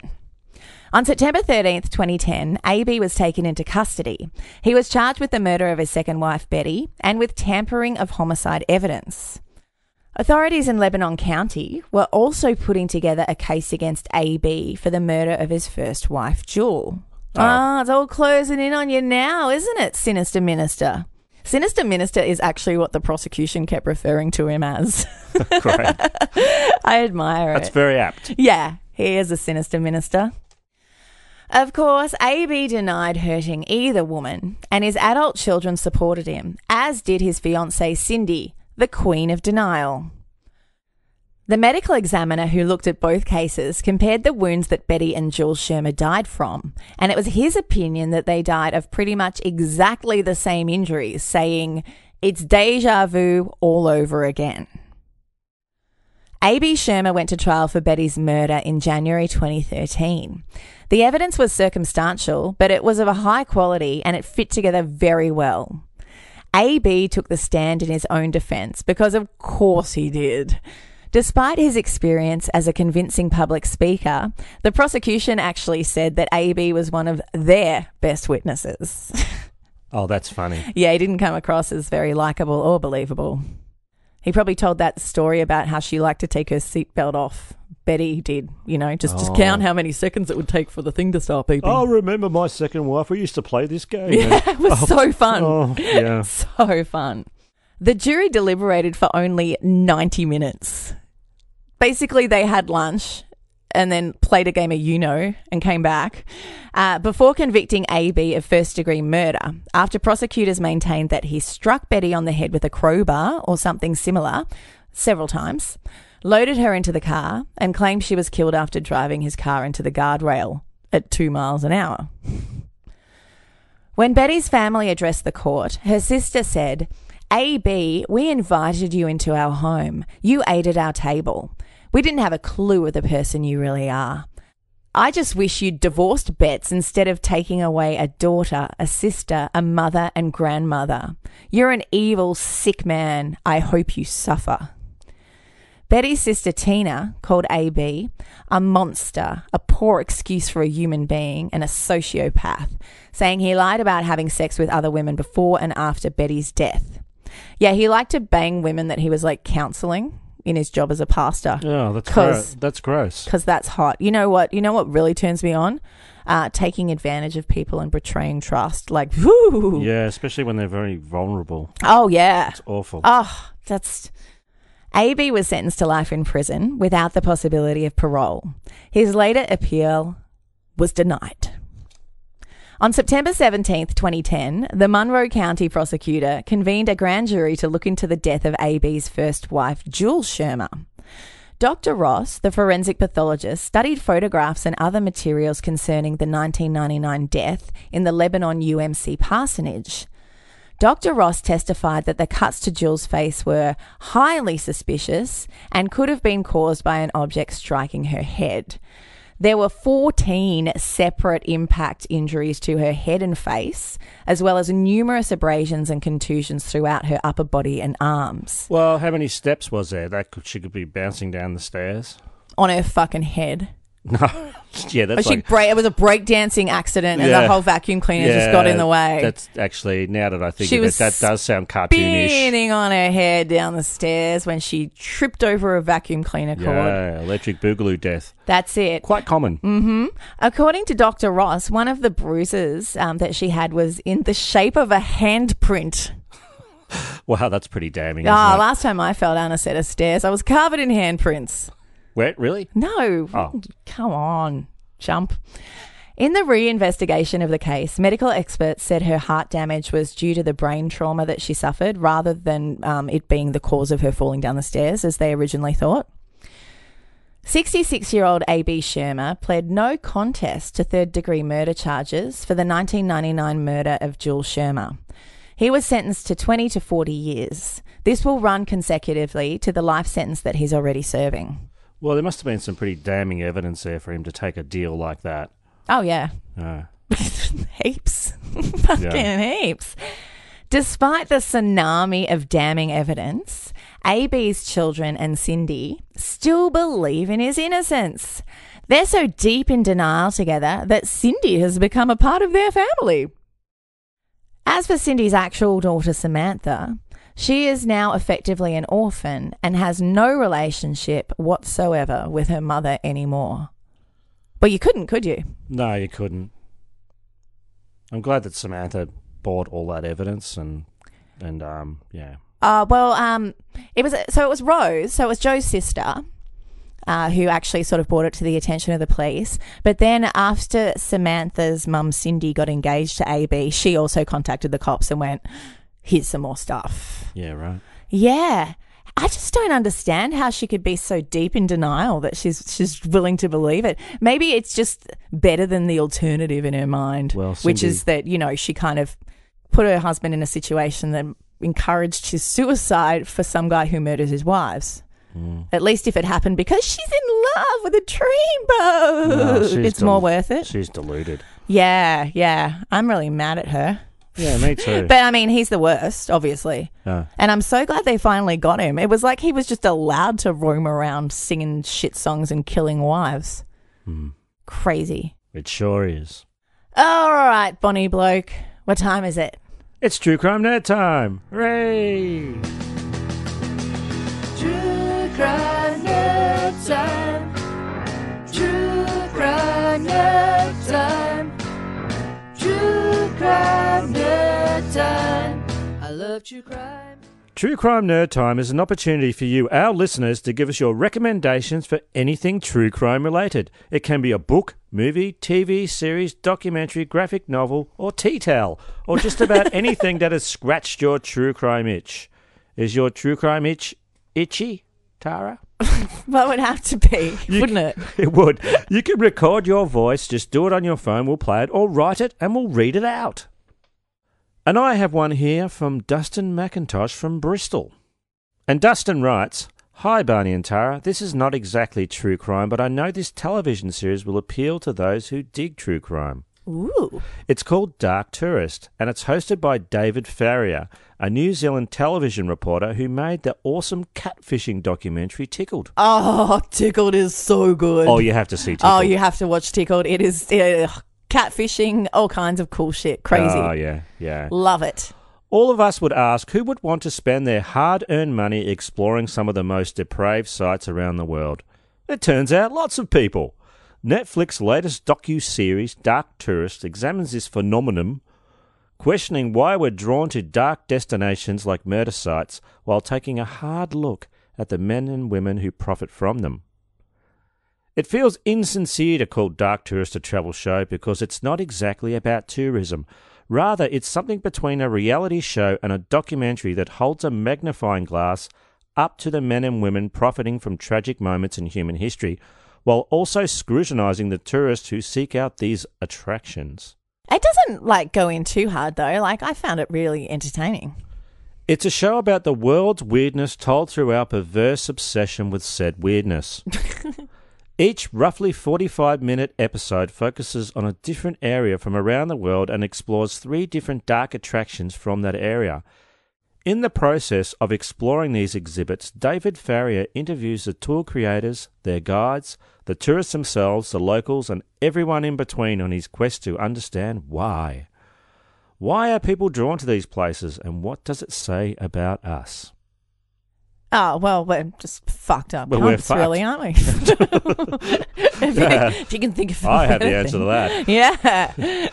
Speaker 8: On September 13th, 2010, AB was taken into custody. He was charged with the murder of his second wife, Betty, and with tampering of homicide evidence. Authorities in Lebanon County were also putting together a case against AB for the murder of his first wife, Jewel. Ah, it's all closing in on you now, isn't it, Sinister Minister? Sinister Minister is actually what the prosecution kept referring to him as.
Speaker 10: Great.
Speaker 8: I admire it.
Speaker 10: That's very apt.
Speaker 8: Yeah, he is a sinister minister. Of course, AB denied hurting either woman, and his adult children supported him, as did his fiancee Cindy, the Queen of Denial. The medical examiner who looked at both cases compared the wounds that Betty and Jules Shermer died from, and it was his opinion that they died of pretty much exactly the same injuries, saying, It's deja vu all over again. A.B. Shermer went to trial for Betty's murder in January 2013. The evidence was circumstantial, but it was of a high quality and it fit together very well. A.B. took the stand in his own defense because, of course, he did. Despite his experience as a convincing public speaker, the prosecution actually said that A.B. was one of their best witnesses.
Speaker 10: Oh, that's funny.
Speaker 8: yeah, he didn't come across as very likable or believable. He probably told that story about how she liked to take her seatbelt off. Betty did, you know, just, just
Speaker 10: Oh.
Speaker 8: count how many seconds it would take for the thing to start beeping.
Speaker 10: Oh, remember my second wife? We used to play this game.
Speaker 8: Yeah, it was
Speaker 10: Oh,
Speaker 8: so fun.
Speaker 10: Oh, yeah.
Speaker 8: so fun. The jury deliberated for only 90 minutes. Basically, they had lunch and then played a game of you know and came back uh, before convicting AB of first degree murder. After prosecutors maintained that he struck Betty on the head with a crowbar or something similar several times, loaded her into the car, and claimed she was killed after driving his car into the guardrail at two miles an hour. When Betty's family addressed the court, her sister said, AB, we invited you into our home. You ate at our table. We didn't have a clue of the person you really are. I just wish you'd divorced Betts instead of taking away a daughter, a sister, a mother, and grandmother. You're an evil, sick man. I hope you suffer. Betty's sister Tina called AB a monster, a poor excuse for a human being, and a sociopath, saying he lied about having sex with other women before and after Betty's death. Yeah, he liked to bang women that he was like counseling in his job as a pastor.
Speaker 10: Yeah, Oh, that's
Speaker 8: 'Cause-
Speaker 10: gross. That's gross.
Speaker 8: because that's hot. You know what? You know what really turns me on? Uh, taking advantage of people and betraying trust. Like, whoo.
Speaker 10: Yeah, especially when they're very vulnerable.
Speaker 8: Oh yeah.
Speaker 10: It's awful.
Speaker 8: Oh, that's. AB was sentenced to life in prison without the possibility of parole. His later appeal was denied. On September 17th, 2010, the Monroe County prosecutor convened a grand jury to look into the death of AB's first wife, Jules Shermer. Dr. Ross, the forensic pathologist, studied photographs and other materials concerning the 1999 death in the Lebanon UMC parsonage. Dr. Ross testified that the cuts to Jules' face were highly suspicious and could have been caused by an object striking her head. There were 14 separate impact injuries to her head and face, as well as numerous abrasions and contusions throughout her upper body and arms.
Speaker 10: Well, how many steps was there? That could, she could be bouncing down the stairs.
Speaker 8: On her fucking head.
Speaker 10: No. yeah, that's
Speaker 8: Oh, she
Speaker 10: like.
Speaker 8: bra- it was a breakdancing accident, and
Speaker 10: Yeah.
Speaker 8: the whole vacuum cleaner just
Speaker 10: Yeah,
Speaker 8: got in the way.
Speaker 10: That's actually now that I think
Speaker 8: She
Speaker 10: of
Speaker 8: was
Speaker 10: it, that does sound cartoonish.
Speaker 8: spinning on her head down the stairs when she tripped over a vacuum cleaner cord.
Speaker 10: Yeah, electric boogaloo death.
Speaker 8: That's it.
Speaker 10: Quite common.
Speaker 8: hmm According to Dr. Ross, one of the bruises um, that she had was in the shape of a handprint.
Speaker 10: Wow, that's pretty damning.
Speaker 8: Ah,
Speaker 10: isn't it?
Speaker 8: last time I fell down a set of stairs, I was covered in handprints.
Speaker 10: Wait, really?
Speaker 8: No.
Speaker 10: Oh.
Speaker 8: Come on, chump. In the reinvestigation of the case, medical experts said her heart damage was due to the brain trauma that she suffered rather than um, it being the cause of her falling down the stairs, as they originally thought. 66 year old A.B. Shermer pled no contest to third degree murder charges for the 1999 murder of Jules Shermer. He was sentenced to 20 to 40 years. This will run consecutively to the life sentence that he's already serving.
Speaker 10: Well, there must have been some pretty damning evidence there for him to take a deal like that.
Speaker 8: Oh, yeah.
Speaker 10: Uh,
Speaker 8: heaps. Fucking heaps. Despite the tsunami of damning evidence, AB's children and Cindy still believe in his innocence. They're so deep in denial together that Cindy has become a part of their family. As for Cindy's actual daughter, Samantha, she is now effectively an orphan and has no relationship whatsoever with her mother anymore. But you couldn't, could you?
Speaker 10: no, you couldn't. I'm glad that Samantha bought all that evidence and and um yeah.
Speaker 8: Uh, well, um, it was so it was Rose, so it was Joe's sister, uh, who actually sort of brought it to the attention of the police. But then after Samantha's mum Cindy got engaged to AB, she also contacted the cops and went, "Here's some more stuff."
Speaker 10: Yeah, right.
Speaker 8: Yeah. I just don't understand how she could be so deep in denial that she's she's willing to believe it. Maybe it's just better than the alternative in her mind, which
Speaker 12: Cindy-
Speaker 8: is that, you know, she kind of put her husband in a situation that encouraged his suicide for some guy who murders his wives.
Speaker 10: Mm.
Speaker 8: At least if it happened because she's in love with a
Speaker 10: No,
Speaker 8: dreamboat,
Speaker 10: she's
Speaker 8: it's more
Speaker 10: del-
Speaker 8: worth it.
Speaker 10: She's deluded.
Speaker 8: Yeah, yeah. I'm really mad at her.
Speaker 10: Yeah, me too.
Speaker 8: but I mean, he's the worst, obviously.
Speaker 10: Yeah.
Speaker 8: And I'm so glad they finally got him. It was like he was just allowed to roam around singing shit songs and killing wives.
Speaker 10: Hmm.
Speaker 8: Crazy.
Speaker 10: It sure is.
Speaker 8: All right, Bonnie bloke. What time is it?
Speaker 10: It's true crime net time. Hooray!
Speaker 13: True crime nerd time. True crime nerd time. True crime nerd time. I love true crime.
Speaker 10: True Crime Nerd Time is an opportunity for you, our listeners, to give us your recommendations for anything true crime related. It can be a book, movie, TV series, documentary, graphic novel, or tea towel, or just about anything that has scratched your true crime itch. Is your true crime itch itchy, Tara?
Speaker 8: Well, it would have to be, wouldn't it?
Speaker 10: It would. You can record your voice, just do it on your phone, we'll play it, or write it and we'll read it out. And I have one here from Dustin McIntosh from Bristol. And Dustin writes Hi, Barney and Tara. This is not exactly true crime, but I know this television series will appeal to those who dig true crime.
Speaker 8: Ooh.
Speaker 10: It's called Dark Tourist, and it's hosted by David Farrier, a New Zealand television reporter who made the awesome catfishing documentary Tickled.
Speaker 8: Oh, Tickled is so good.
Speaker 10: Oh, you have to see Tickled.
Speaker 8: Oh, you have to watch Tickled. It is uh, catfishing, all kinds of cool shit. Crazy.
Speaker 10: Oh, yeah, yeah.
Speaker 8: Love it.
Speaker 10: All of us would ask who would want to spend their hard earned money exploring some of the most depraved sites around the world. It turns out lots of people. Netflix's latest docu series, Dark Tourist, examines this phenomenon, questioning why we're drawn to dark destinations like murder sites while taking a hard look at the men and women who profit from them. It feels insincere to call Dark Tourist a travel show because it's not exactly about tourism. Rather, it's something between a reality show and a documentary that holds a magnifying glass up to the men and women profiting from tragic moments in human history, while also scrutinizing the tourists who seek out these attractions.
Speaker 8: It doesn't like go in too hard though. Like I found it really entertaining.
Speaker 10: It's a show about the world's weirdness told through our perverse obsession with said weirdness. Each roughly 45 minute episode focuses on a different area from around the world and explores three different dark attractions from that area. In the process of exploring these exhibits, David Farrier interviews the tour creators, their guides, the tourists themselves, the locals, and everyone in between on his quest to understand why. Why are people drawn to these places and what does it say about us?
Speaker 8: Oh well, we're just fucked up.
Speaker 10: Well, we're
Speaker 8: cunts, really,
Speaker 10: fucked.
Speaker 8: aren't we? if, you,
Speaker 10: Yeah.
Speaker 8: if you can think of,
Speaker 10: I have the
Speaker 8: anything.
Speaker 10: answer to that.
Speaker 8: Yeah.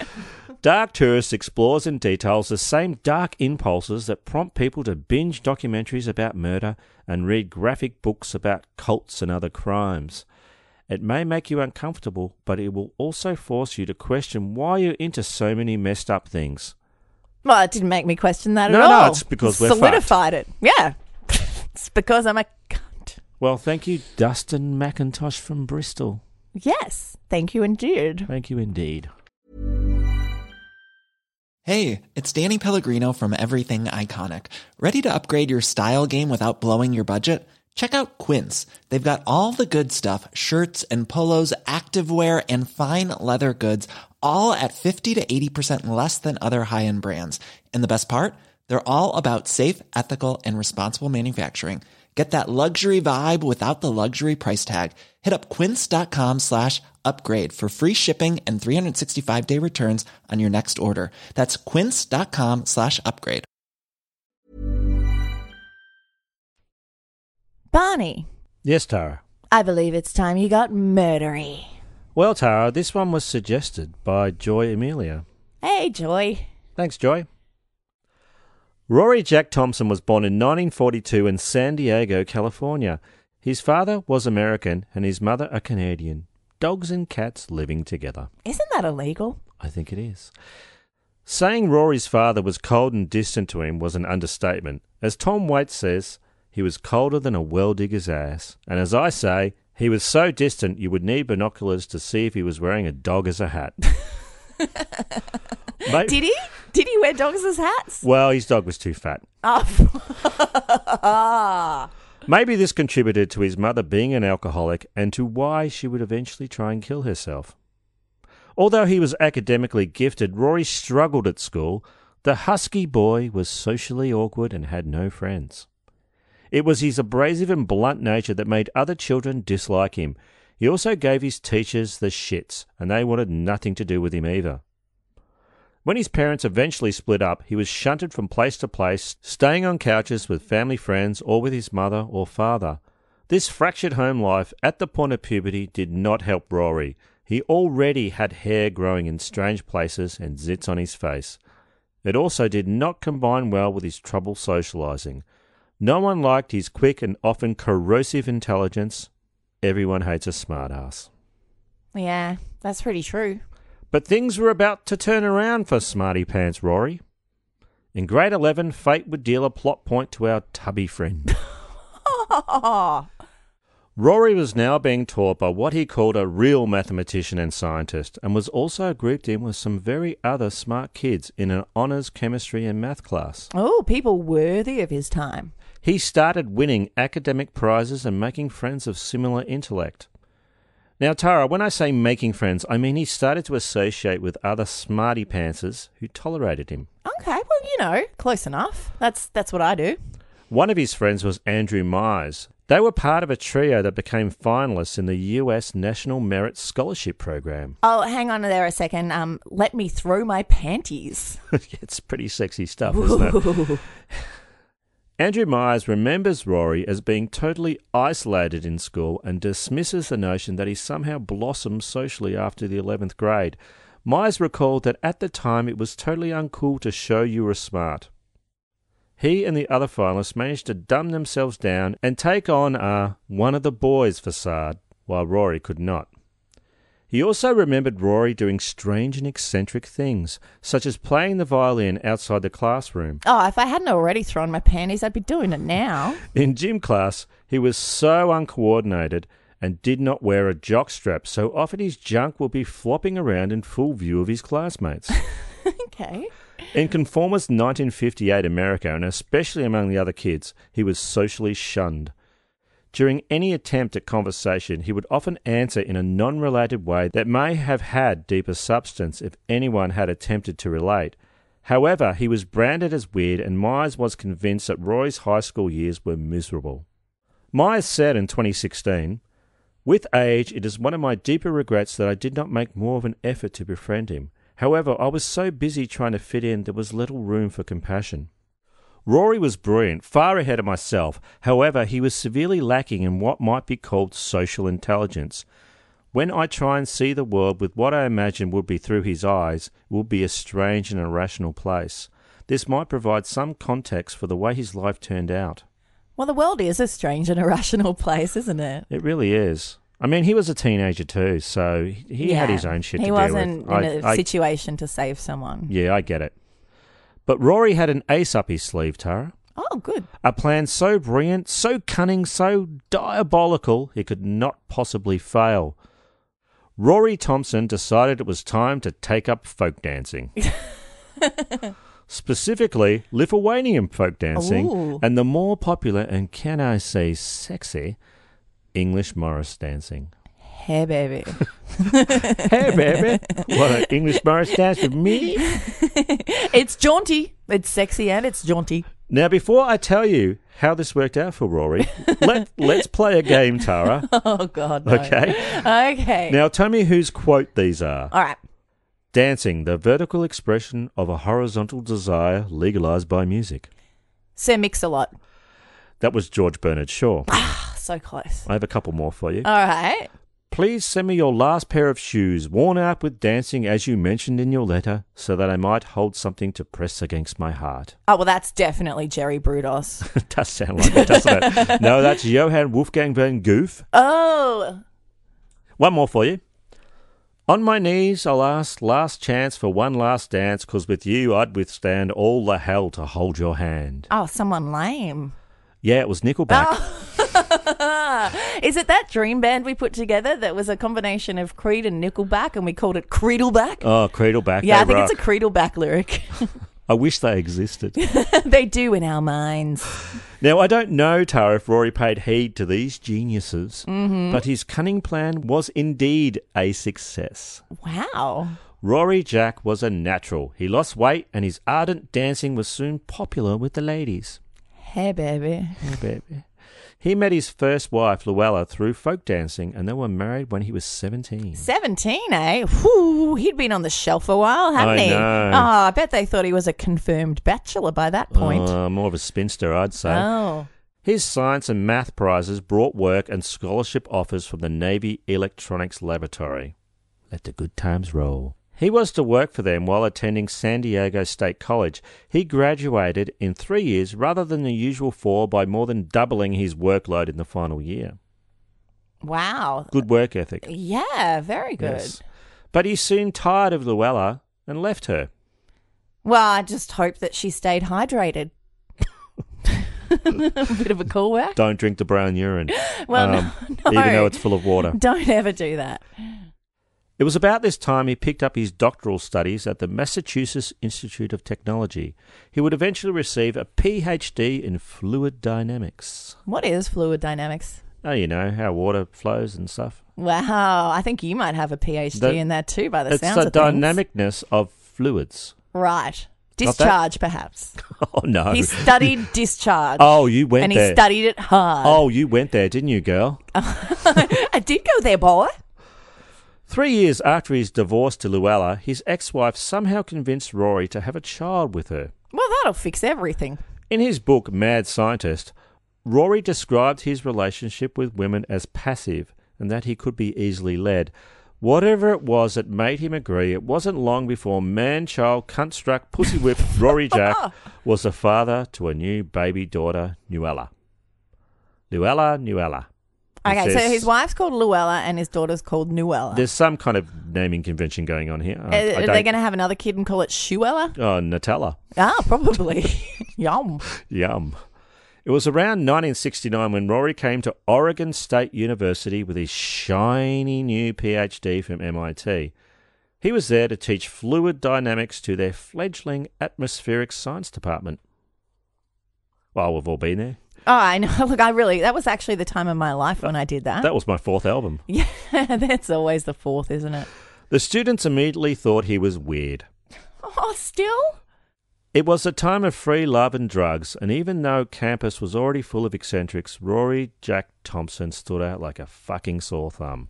Speaker 10: Dark Tourist explores and details the same dark impulses that prompt people to binge documentaries about murder and read graphic books about cults and other crimes. It may make you uncomfortable, but it will also force you to question why you're into so many messed up things.
Speaker 8: well, it didn't make me question that
Speaker 10: No,
Speaker 8: at
Speaker 10: no,
Speaker 8: all.
Speaker 10: it's because we're
Speaker 8: solidified it. Yeah, it's because I'm a
Speaker 10: Well, thank you, Dustin McIntosh from Bristol.
Speaker 8: yes. Thank you indeed.
Speaker 10: Thank you indeed.
Speaker 1: Hey, it's Danny Pellegrino from Everything Iconic. Ready to upgrade your style game without blowing your budget? Check out Quince. They've got all the good stuff shirts and polos, activewear, and fine leather goods, all at 50 to 80% less than other high end brands. And the best part? They're all about safe, ethical, and responsible manufacturing. Get that luxury vibe without the luxury price tag. Hit up quince.com slash upgrade for free shipping and 365 day returns on your next order. That's quince.com slash upgrade.
Speaker 8: Barney,
Speaker 10: Yes, Tara.
Speaker 8: I believe it's time you got murdery.
Speaker 10: Well, Tara, this one was suggested by Joy Amelia.
Speaker 8: Hey, Joy.
Speaker 10: Thanks, Joy. Rory Jack Thompson was born in 1942 in San Diego, California. His father was American and his mother a Canadian. Dogs and cats living together.
Speaker 8: Isn't that illegal?
Speaker 10: I think it is. Saying Rory's father was cold and distant to him was an understatement. As Tom Waits says, he was colder than a well digger's ass. And as I say, he was so distant you would need binoculars to see if he was wearing a dog as a hat. Mate-
Speaker 8: Did he? Did he wear dogs as hats?
Speaker 10: Well, his dog was too fat.
Speaker 8: Oh.
Speaker 10: Maybe this contributed to his mother being an alcoholic and to why she would eventually try and kill herself. Although he was academically gifted, Rory struggled at school. The husky boy was socially awkward and had no friends. It was his abrasive and blunt nature that made other children dislike him. He also gave his teachers the shits, and they wanted nothing to do with him either. When his parents eventually split up, he was shunted from place to place, staying on couches with family friends or with his mother or father. This fractured home life at the point of puberty did not help Rory. He already had hair growing in strange places and zits on his face. It also did not combine well with his trouble socializing. No one liked his quick and often corrosive intelligence. Everyone hates a smartass.
Speaker 8: Yeah, that's pretty true.
Speaker 10: But things were about to turn around for Smarty Pants Rory. In grade 11, fate would deal a plot point to our tubby friend.
Speaker 8: Oh.
Speaker 10: Rory was now being taught by what he called a real mathematician and scientist, and was also grouped in with some very other smart kids in an honours chemistry and math class.
Speaker 8: Oh, people worthy of his time.
Speaker 10: He started winning academic prizes and making friends of similar intellect. Now, Tara, when I say making friends, I mean he started to associate with other smarty pantses who tolerated him.
Speaker 8: Okay, well, you know, close enough. That's that's what I do.
Speaker 10: One of his friends was Andrew Myers. They were part of a trio that became finalists in the US National Merit Scholarship Program.
Speaker 8: Oh, hang on there a second. Um, let me throw my panties.
Speaker 10: it's pretty sexy stuff, isn't it? Andrew Myers remembers Rory as being totally isolated in school and dismisses the notion that he somehow blossomed socially after the 11th grade. Myers recalled that at the time it was totally uncool to show you were smart. He and the other finalists managed to dumb themselves down and take on a one of the boys facade, while Rory could not. He also remembered Rory doing strange and eccentric things, such as playing the violin outside the classroom.
Speaker 8: Oh, if I hadn't already thrown my panties, I'd be doing it now.
Speaker 10: In gym class, he was so uncoordinated and did not wear a jockstrap, so often his junk would be flopping around in full view of his classmates.
Speaker 8: Okay.
Speaker 10: in conformist 1958 America, and especially among the other kids, he was socially shunned. During any attempt at conversation, he would often answer in a non related way that may have had deeper substance if anyone had attempted to relate. However, he was branded as weird, and Myers was convinced that Roy's high school years were miserable. Myers said in 2016, With age, it is one of my deeper regrets that I did not make more of an effort to befriend him. However, I was so busy trying to fit in, there was little room for compassion. Rory was brilliant, far ahead of myself. However, he was severely lacking in what might be called social intelligence. When I try and see the world with what I imagine would be through his eyes, it will be a strange and irrational place. This might provide some context for the way his life turned out.
Speaker 8: Well, the world is a strange and irrational place, isn't it?
Speaker 10: It really is. I mean, he was a teenager too, so he he had
Speaker 8: Yeah.
Speaker 10: his own shit
Speaker 8: He
Speaker 10: to deal with.
Speaker 8: wasn't
Speaker 10: I-
Speaker 8: in a
Speaker 10: I-
Speaker 8: situation to save someone.
Speaker 10: Yeah, I get it. But Rory had an ace up his sleeve, Tara.
Speaker 8: Oh, good.
Speaker 10: A plan so brilliant, so cunning, so diabolical, it could not possibly fail. Rory Thompson decided it was time to take up folk dancing. Specifically, Lithuanian folk dancing
Speaker 12: Ooh.
Speaker 10: and the more popular and, can I say, sexy English Morris dancing.
Speaker 8: Hey, baby.
Speaker 10: Hey, baby, want an English Morris dance with me?
Speaker 8: it's jaunty. It's sexy and it's jaunty.
Speaker 10: Now, before I tell you how this worked out for Rory, let, let's play a game, Tara.
Speaker 8: Oh, God. no.
Speaker 10: Okay.
Speaker 8: Okay.
Speaker 10: Now, tell me whose quote these are.
Speaker 8: All right.
Speaker 10: Dancing, the vertical expression of a horizontal desire legalized by music.
Speaker 8: Sir Mix a lot.
Speaker 10: That was George Bernard Shaw. I
Speaker 8: So close.
Speaker 10: have a couple more for you.
Speaker 8: All right.
Speaker 10: Please send me your last pair of shoes, worn out with dancing as you mentioned in your letter, so that I might hold something to press against my heart.
Speaker 8: Oh, well, that's definitely Jerry Brudos.
Speaker 10: it does sound like it, doesn't it? No, that's Johann Wolfgang van Goof.
Speaker 8: Oh,
Speaker 10: One more for you. On my knees, I'll ask last chance for one last dance, 'cause with you I'd withstand all the hell to hold your hand.
Speaker 8: Oh, someone lame.
Speaker 10: Yeah, it was Nickelback.
Speaker 8: Oh. Is it that dream band we put together that was a combination of Creed and Nickelback and we called it Creedleback?
Speaker 10: Oh, Creedleback.
Speaker 8: yeah,
Speaker 10: they
Speaker 8: I think it's
Speaker 10: rock.
Speaker 8: a Creedleback lyric.
Speaker 10: I wish they existed.
Speaker 8: they do in our minds.
Speaker 10: now, I don't know, Tara, if Rory paid heed to these geniuses,
Speaker 8: Mhm.
Speaker 10: but his cunning plan was indeed a success.
Speaker 8: Wow.
Speaker 10: Rory Jack was a natural. He lost weight, and his ardent dancing was soon popular with the ladies.
Speaker 8: Hey, baby.
Speaker 10: Hey, Oh, baby. He met his first wife, Luella, through folk dancing, and they were married when he was 17.
Speaker 8: 17, eh? Whew, he'd been on the shelf a while,
Speaker 10: I
Speaker 8: hadn't he?
Speaker 10: know.
Speaker 8: Oh, I bet they thought he was a confirmed bachelor by that point.
Speaker 10: Uh, more of a spinster, I'd say.
Speaker 8: oh.
Speaker 10: His science and math prizes brought work and scholarship offers from the Navy Electronics Laboratory. Let the good times roll. He was to work for them while attending San Diego State College. He graduated in three years rather than the usual four by more than doubling his workload in the final year.
Speaker 8: Wow.
Speaker 10: Good work ethic.
Speaker 8: Yeah, very good.
Speaker 10: Yes. But he soon tired of Luella and left her.
Speaker 8: Well, I just hope that she stayed hydrated. Bit of a cool work.
Speaker 10: Don't drink the brown urine. Um,
Speaker 8: Well, no, no.
Speaker 10: Even though it's full of water.
Speaker 8: Don't ever do that.
Speaker 10: It was about this time he picked up his doctoral studies at the Massachusetts Institute of Technology. He would eventually receive a PhD in fluid dynamics.
Speaker 8: What is fluid dynamics?
Speaker 10: Oh, you know, how water flows and stuff.
Speaker 8: Wow, I think you might have a PhD
Speaker 10: That-
Speaker 8: in Oh, that too, by the
Speaker 10: it's
Speaker 8: sounds
Speaker 10: the
Speaker 8: of things.
Speaker 10: dynamicness of fluids.
Speaker 8: Right.
Speaker 10: Not that-
Speaker 8: Discharge, perhaps.
Speaker 10: Oh, no.
Speaker 8: He studied discharge.
Speaker 10: Oh, you went
Speaker 8: and
Speaker 10: there.
Speaker 8: he studied it hard.
Speaker 10: Oh, you went there, didn't you, girl?
Speaker 8: I did go there, boy.
Speaker 10: Three years after his divorce to Luella, his ex wife somehow convinced Rory to have a child with her.
Speaker 8: Well, that'll fix everything.
Speaker 10: In his book Mad Scientist, Rory described his relationship with women as passive and that he could be easily led. Whatever it was that made him agree, it wasn't long before man child cunt struck pussy whip Rory Jack was the father to a new baby daughter, Nuella. Luella, Nuella. It
Speaker 8: Okay, so
Speaker 10: says-
Speaker 8: his wife's called Luella and his daughter's called Nuella.
Speaker 10: There's some kind of naming convention going on here. I-
Speaker 8: Uh, Are-
Speaker 10: I
Speaker 8: are they
Speaker 10: don't-
Speaker 8: going to have another kid and call it Shuella?
Speaker 10: Oh, Nutella.
Speaker 8: Ah, probably. Yum.
Speaker 10: Yum. It was around 1969 when Rory came to Oregon State University with his shiny new PhD from MIT. He was there to teach fluid dynamics to their fledgling atmospheric science department. Well, we've all been there.
Speaker 8: Oh, I know. Look, I really, that was actually the time of my life when I did that.
Speaker 10: That was my fourth album.
Speaker 8: yeah, that's always the fourth, isn't it?
Speaker 10: The students immediately thought he was weird.
Speaker 8: Oh, still?
Speaker 10: It was a time of free love and drugs, and even though campus was already full of eccentrics, Rory Jack Thompson stood out like a fucking sore thumb.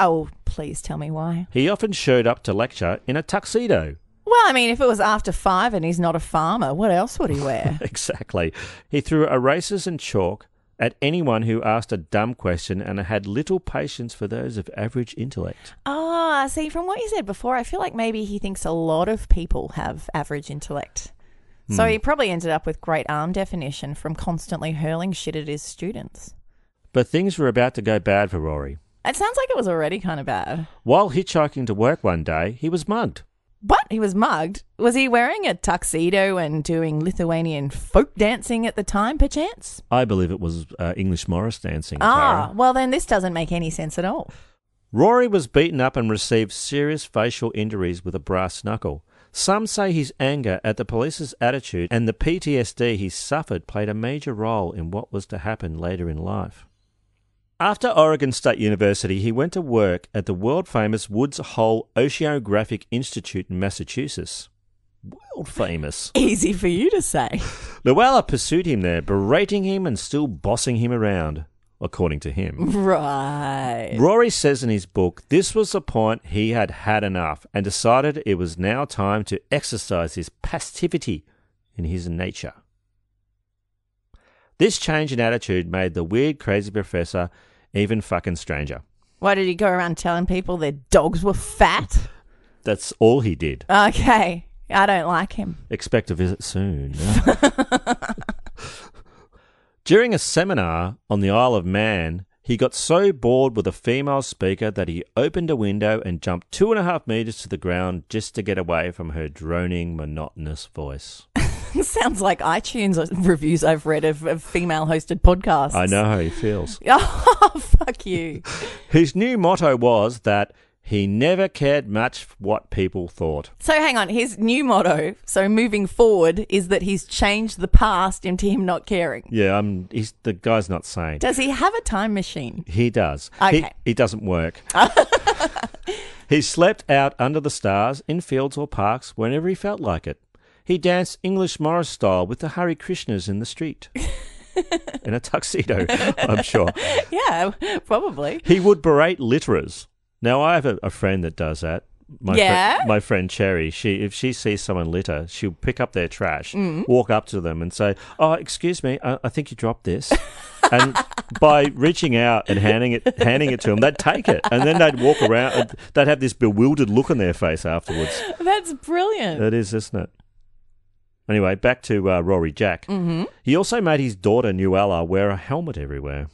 Speaker 8: Oh, please tell me why.
Speaker 10: He often showed up to lecture in a tuxedo.
Speaker 8: Well, I mean, if it was after five and he's not a farmer, what else would he wear?
Speaker 10: Exactly. He threw erasers and chalk at anyone who asked a dumb question and had little patience for those of average intellect.
Speaker 8: Ah, see, from what you said before, I feel like maybe he thinks a lot of people have average intellect. So
Speaker 10: Hmm.
Speaker 8: he probably ended up with great arm definition from constantly hurling shit at his students.
Speaker 10: But things were about to go bad for Rory.
Speaker 8: It sounds like it was already kind of bad.
Speaker 10: While hitchhiking to work one day, he was mugged.
Speaker 8: But he was mugged. Was he wearing a tuxedo and doing Lithuanian folk dancing at the time, perchance?
Speaker 10: I believe it was uh, English Morris dancing. Tara.
Speaker 8: Ah, well, then this doesn't make any sense at all.
Speaker 10: Rory was beaten up and received serious facial injuries with a brass knuckle. Some say his anger at the police's attitude and the PTSD he suffered played a major role in what was to happen later in life. After Oregon State University, he went to work at the world famous Woods Hole Oceanographic Institute in Massachusetts. World famous.
Speaker 8: Easy for you to say.
Speaker 10: Luella pursued him there, berating him and still bossing him around, according to him.
Speaker 8: Right.
Speaker 10: Rory says in his book this was the point he had had enough and decided it was now time to exercise his passivity in his nature. This change in attitude made the weird, crazy professor even fucking stranger.
Speaker 8: Why did he go around telling people their dogs were fat?
Speaker 10: That's all he did.
Speaker 8: Okay. I don't like him.
Speaker 10: Expect a visit soon. During a seminar on the Isle of Man, He got so bored with a female speaker that he opened a window and jumped two and a half meters to the ground just to get away from her droning, monotonous voice.
Speaker 8: Sounds like iTunes reviews I've read of, of female hosted podcasts.
Speaker 10: I know how he feels.
Speaker 8: Oh, fuck you.
Speaker 10: His new motto was that he never cared much what people thought.
Speaker 8: So hang on, his new motto, so moving forward, is that he's changed the past into him not caring.
Speaker 10: Yeah, um, he's, the guy's not sane.
Speaker 8: Does he have a time machine?
Speaker 10: He does. He,
Speaker 8: Okay.
Speaker 10: he doesn't work. he slept out under the stars in fields or parks whenever he felt like it. He danced English Morris style with the Hare Krishnas in the street. in a tuxedo, I'm sure.
Speaker 8: yeah, probably.
Speaker 10: He would berate litterers. Now I have a, a friend that does that. My fri-
Speaker 8: Yeah?
Speaker 10: my friend Cherry. She if she sees someone litter, she'll pick up their trash,
Speaker 8: Mm.
Speaker 10: walk up to them, and say, "Oh, excuse me, I, I think you dropped this." and by reaching out and handing it handing it to them, they'd take it, and then they'd walk around. And they'd have this bewildered look on their face afterwards.
Speaker 8: That's brilliant.
Speaker 10: It is, isn't it? Anyway, back to uh, Rory Jack.
Speaker 8: Mm-hmm.
Speaker 10: He also made his daughter Nuella wear a helmet everywhere.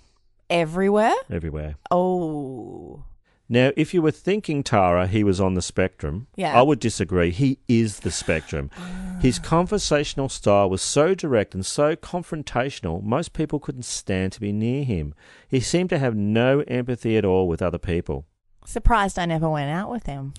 Speaker 8: Everywhere?
Speaker 10: Everywhere.
Speaker 8: Oh.
Speaker 10: Now, if you were thinking Tara, he was on the spectrum,
Speaker 8: Yeah.
Speaker 10: I would disagree. He is the spectrum. His conversational style was so direct and so confrontational, most people couldn't stand to be near him. He seemed to have no empathy at all with other people.
Speaker 8: Surprised I never went out with him.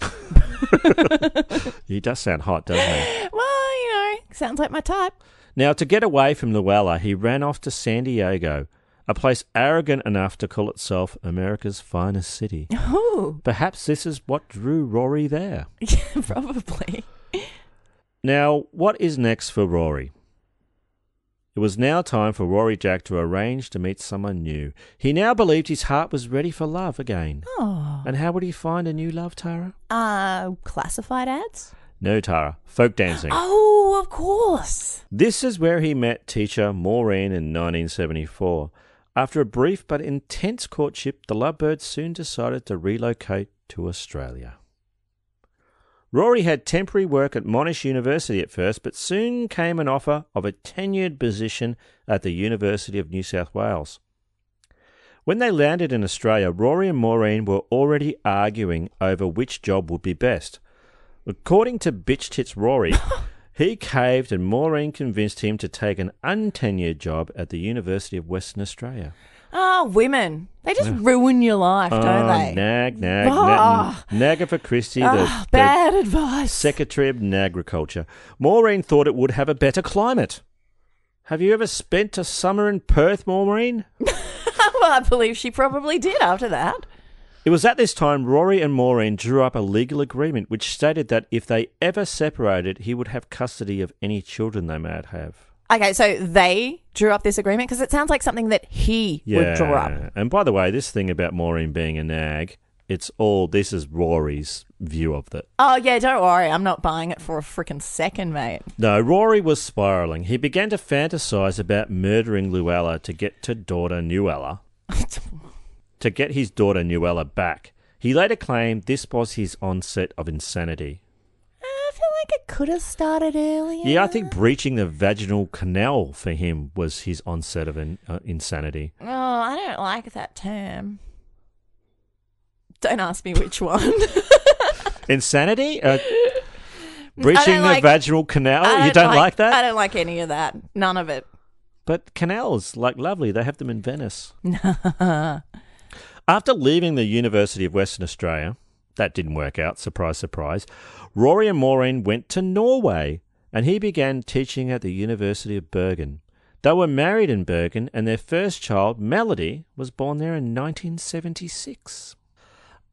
Speaker 10: He does sound hot, doesn't he?
Speaker 8: well, you know, sounds like my type.
Speaker 10: Now, to get away from Luella, he ran off to San Diego, a place arrogant enough to call itself America's finest city.
Speaker 8: Oh,
Speaker 10: Perhaps this is what drew Rory there.
Speaker 8: probably.
Speaker 10: Now, what is next for Rory? It was now time for Rory Jack to arrange to meet someone new. He now believed his heart was ready for love again.
Speaker 8: Oh.
Speaker 10: And how would he find a new love, Tara?
Speaker 8: Uh, classified ads?
Speaker 10: No, Tara, folk dancing.
Speaker 8: Oh, of course.
Speaker 10: This is where he met teacher Maureen in 1974. After a brief but intense courtship, the lovebirds soon decided to relocate to Australia. Rory had temporary work at Monash University at first, but soon came an offer of a tenured position at the University of New South Wales. When they landed in Australia, Rory and Maureen were already arguing over which job would be best. According to Bitch Tits Rory, he caved and Maureen convinced him to take an untenured job at the University of Western Australia.
Speaker 8: Ah, women. They just ruin your life, don't
Speaker 10: Oh,
Speaker 8: they?
Speaker 10: Nag, nag,
Speaker 8: Ah.
Speaker 10: nag, Nagger for Christie, the,
Speaker 8: Ah,
Speaker 10: the
Speaker 8: bad advice.
Speaker 10: Secretary of Agriculture. Maureen thought it would have a better climate. Have you ever spent a summer in Perth, Maureen?
Speaker 8: well, I believe she probably did after that.
Speaker 10: It was at this time Rory and Maureen drew up a legal agreement which stated that if they ever separated, he would have custody of any children they might have.
Speaker 8: Okay, so they drew up this agreement because it sounds like something that he would draw up.
Speaker 10: And by the way, this thing about Maureen being a nag, it's all this is Rory's view of it.
Speaker 8: Oh, yeah, don't worry. I'm not buying it for a freaking second, mate.
Speaker 10: No, Rory was spiraling. He began to fantasize about murdering Luella to get to daughter Nuella. to get his daughter Nuella back. He later claimed this was his onset of insanity.
Speaker 8: I feel like it could have started earlier.
Speaker 10: Yeah, I think breaching the vaginal canal for him was his onset of in, uh, insanity.
Speaker 8: Oh, I don't like that term. Don't ask me which one.
Speaker 10: Insanity? Uh, breaching the
Speaker 8: like-
Speaker 10: vaginal canal?
Speaker 8: I
Speaker 10: Oh, you don't like, that?
Speaker 8: I don't like any of that. None of it.
Speaker 10: But canals, like lovely, they have them in Venice. After leaving the University of Western Australia, that didn't work out, surprise, surprise, Rory and Maureen went to Norway and he began teaching at the University of Bergen. They were married in Bergen and their first child, Melody, was born there in 1976.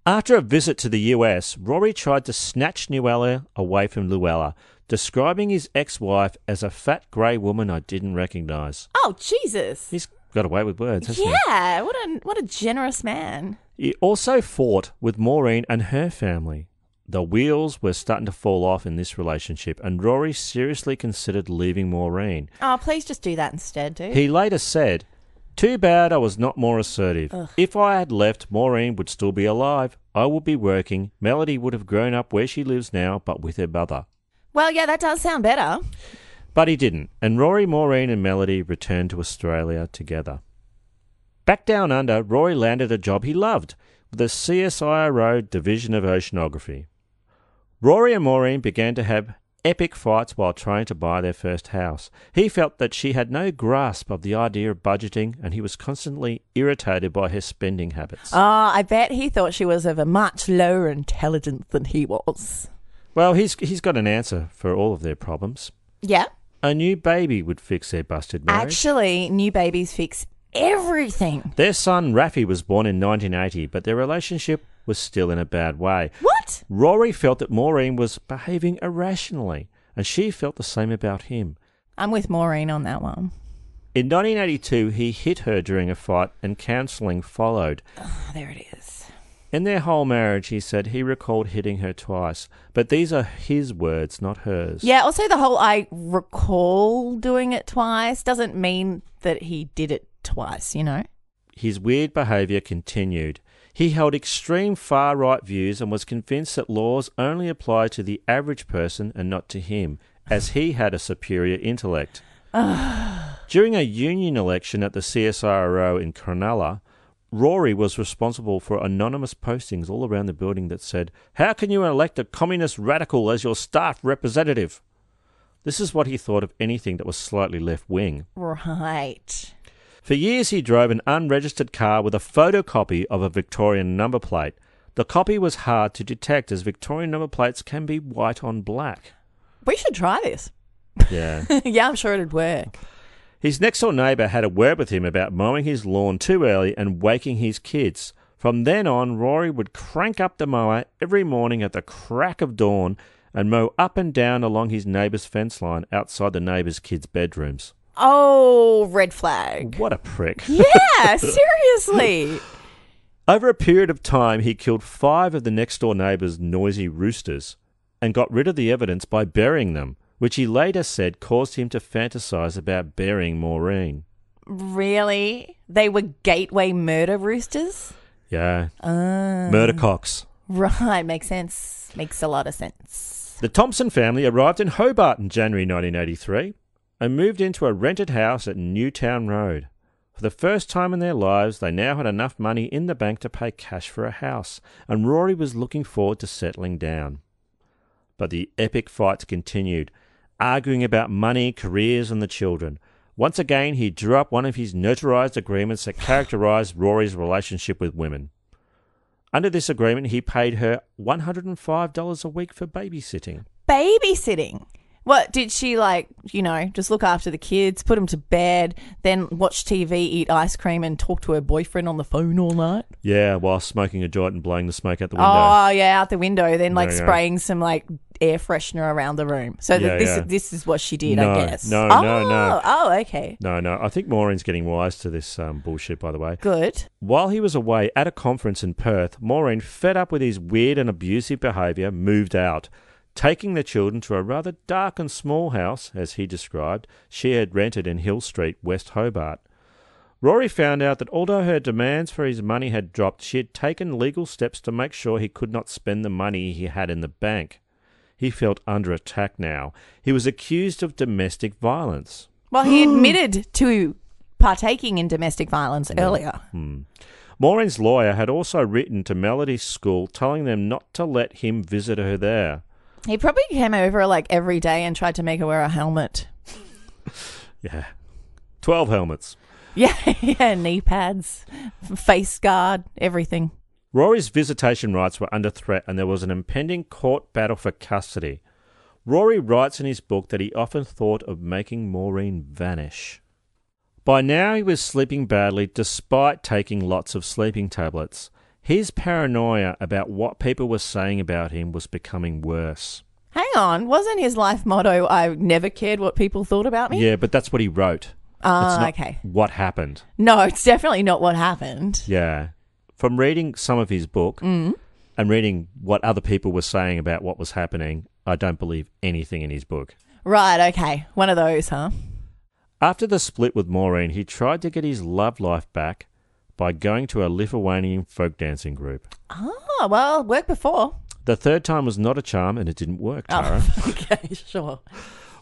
Speaker 10: After a visit to the US, Rory tried to snatch Nuella away from Luella, describing his ex wife as a fat grey woman I didn't recognise.
Speaker 8: Oh, Jesus.
Speaker 10: He's got away with words, hasn't he?
Speaker 8: yeah, what a what a generous man.
Speaker 10: He also fought with Maureen and her family. The wheels were starting to fall off in this relationship, and Rory seriously considered leaving Maureen.
Speaker 8: Oh, please just do that instead, dude.
Speaker 10: He later said, Too bad I was not more assertive.
Speaker 8: Ugh.
Speaker 10: If I had left, Maureen would still be alive. I would be working. Melody would have grown up where she lives now, but with her mother.
Speaker 8: well, yeah, that does sound better.
Speaker 10: But he didn't, and Rory, Maureen, and Melody returned to Australia together. Back down under, Rory landed a job he loved with the CSIRO Division of Oceanography. Rory and Maureen began to have epic fights while trying to buy their first house. He felt that she had no grasp of the idea of budgeting and he was constantly irritated by her spending habits.
Speaker 8: Oh, I bet he thought she was of a much lower intelligence than he was.
Speaker 10: Well, he's, he's got an answer for all of their problems.
Speaker 8: Yeah.
Speaker 10: A new baby would fix their busted marriage.
Speaker 8: Actually, new babies fix everything.
Speaker 10: Their son Rafi was born in 1980, but their relationship was still in a bad way.
Speaker 8: What?
Speaker 10: Rory felt that Maureen was behaving irrationally, and she felt the same about him.
Speaker 8: I'm with Maureen on that one.
Speaker 10: In 1982, he hit her during a fight, and counselling followed.
Speaker 8: Oh, there it is.
Speaker 10: In their whole marriage, he said he recalled hitting her twice, but these are his words, not hers.
Speaker 8: Yeah, also the whole I recall doing it twice doesn't mean that he did it twice, you know?
Speaker 10: His weird behaviour continued. He held extreme far right views and was convinced that laws only apply to the average person and not to him, as he had a superior intellect. During a union election at the CSIRO in Cronulla, Rory was responsible for anonymous postings all around the building that said, How can you elect a communist radical as your staff representative? This is what he thought of anything that was slightly left wing.
Speaker 8: Right.
Speaker 10: For years, he drove an unregistered car with a photocopy of a Victorian number plate. The copy was hard to detect as Victorian number plates can be white on black.
Speaker 8: We should try this.
Speaker 10: Yeah.
Speaker 8: yeah, I'm sure it'd work.
Speaker 10: His next door neighbour had a word with him about mowing his lawn too early and waking his kids. From then on, Rory would crank up the mower every morning at the crack of dawn and mow up and down along his neighbour's fence line outside the neighbour's kids' bedrooms.
Speaker 8: Oh, red flag.
Speaker 10: What a prick.
Speaker 8: Yeah, seriously.
Speaker 10: Over a period of time, he killed five of the next door neighbour's noisy roosters and got rid of the evidence by burying them, which he later said caused him to fantasize about burying Maureen.
Speaker 8: Really? They were gateway murder roosters?
Speaker 10: Yeah.
Speaker 8: Ah.
Speaker 10: Murder cocks.
Speaker 8: Right, makes sense. Makes a lot of sense.
Speaker 10: The Thompson family arrived in Hobart in January 1983 and moved into a rented house at Newtown Road. For the first time in their lives, they now had enough money in the bank to pay cash for a house, and Rory was looking forward to settling down. But the epic fights continued, arguing about money, careers, and the children. Once again, he drew up one of his notarized agreements that characterized Rory's relationship with women. Under this agreement, he paid her $105 a week for babysitting.
Speaker 8: Babysitting. What did she like? You know, just look after the kids, put them to bed, then watch TV, eat ice cream, and talk to her boyfriend on the phone all night.
Speaker 10: Yeah, while smoking a joint and blowing the smoke out the window.
Speaker 8: Oh yeah, out the window, then like
Speaker 10: There you go.
Speaker 8: spraying some like air freshener around the room. So
Speaker 10: Yeah,
Speaker 8: that this
Speaker 10: yeah.
Speaker 8: this is what she did,
Speaker 10: no,
Speaker 8: I guess.
Speaker 10: No,
Speaker 8: oh,
Speaker 10: no, no.
Speaker 8: Oh, okay,
Speaker 10: No, no. I think Maureen's getting wise to this um, bullshit, by the way.
Speaker 8: good.
Speaker 10: While he was away at a conference in Perth, Maureen, fed up with his weird and abusive behaviour, moved out, taking the children to a rather dark and small house, as he described, she had rented in Hill Street, West Hobart. Rory found out that although her demands for his money had dropped, she had taken legal steps to make sure he could not spend the money he had in the bank. He felt under attack now. He was accused of domestic violence.
Speaker 8: Well, he admitted to partaking in domestic violence earlier.
Speaker 10: Hmm. Maureen's lawyer had also written to Melody's school telling them not to let him visit her there.
Speaker 8: He probably came over like every day and tried to make her wear a helmet.
Speaker 10: Yeah. 12 helmets.
Speaker 8: Yeah, yeah, knee pads, face guard, everything.
Speaker 10: Rory's visitation rights were under threat and there was an impending court battle for custody. Rory writes in his book that he often thought of making Maureen vanish. By now, he was sleeping badly despite taking lots of sleeping tablets. His paranoia about what people were saying about him was becoming worse.
Speaker 8: Hang on, wasn't his life motto I never cared what people thought about me?
Speaker 10: Yeah, but that's what he wrote.
Speaker 8: Ah,
Speaker 10: It's not
Speaker 8: okay.
Speaker 10: What happened?
Speaker 8: No, it's definitely not what happened.
Speaker 10: Yeah. From reading some of his book
Speaker 8: Mm.
Speaker 10: and reading what other people were saying about what was happening, I don't believe anything in his book.
Speaker 8: Right, okay. One of those, huh?
Speaker 10: After the split with Maureen, he tried to get his love life back by going to a Lithuanian folk dancing group.
Speaker 8: Oh, well, worked before.
Speaker 10: The third time was not a charm and it didn't work, Tara.
Speaker 8: Oh, okay, sure.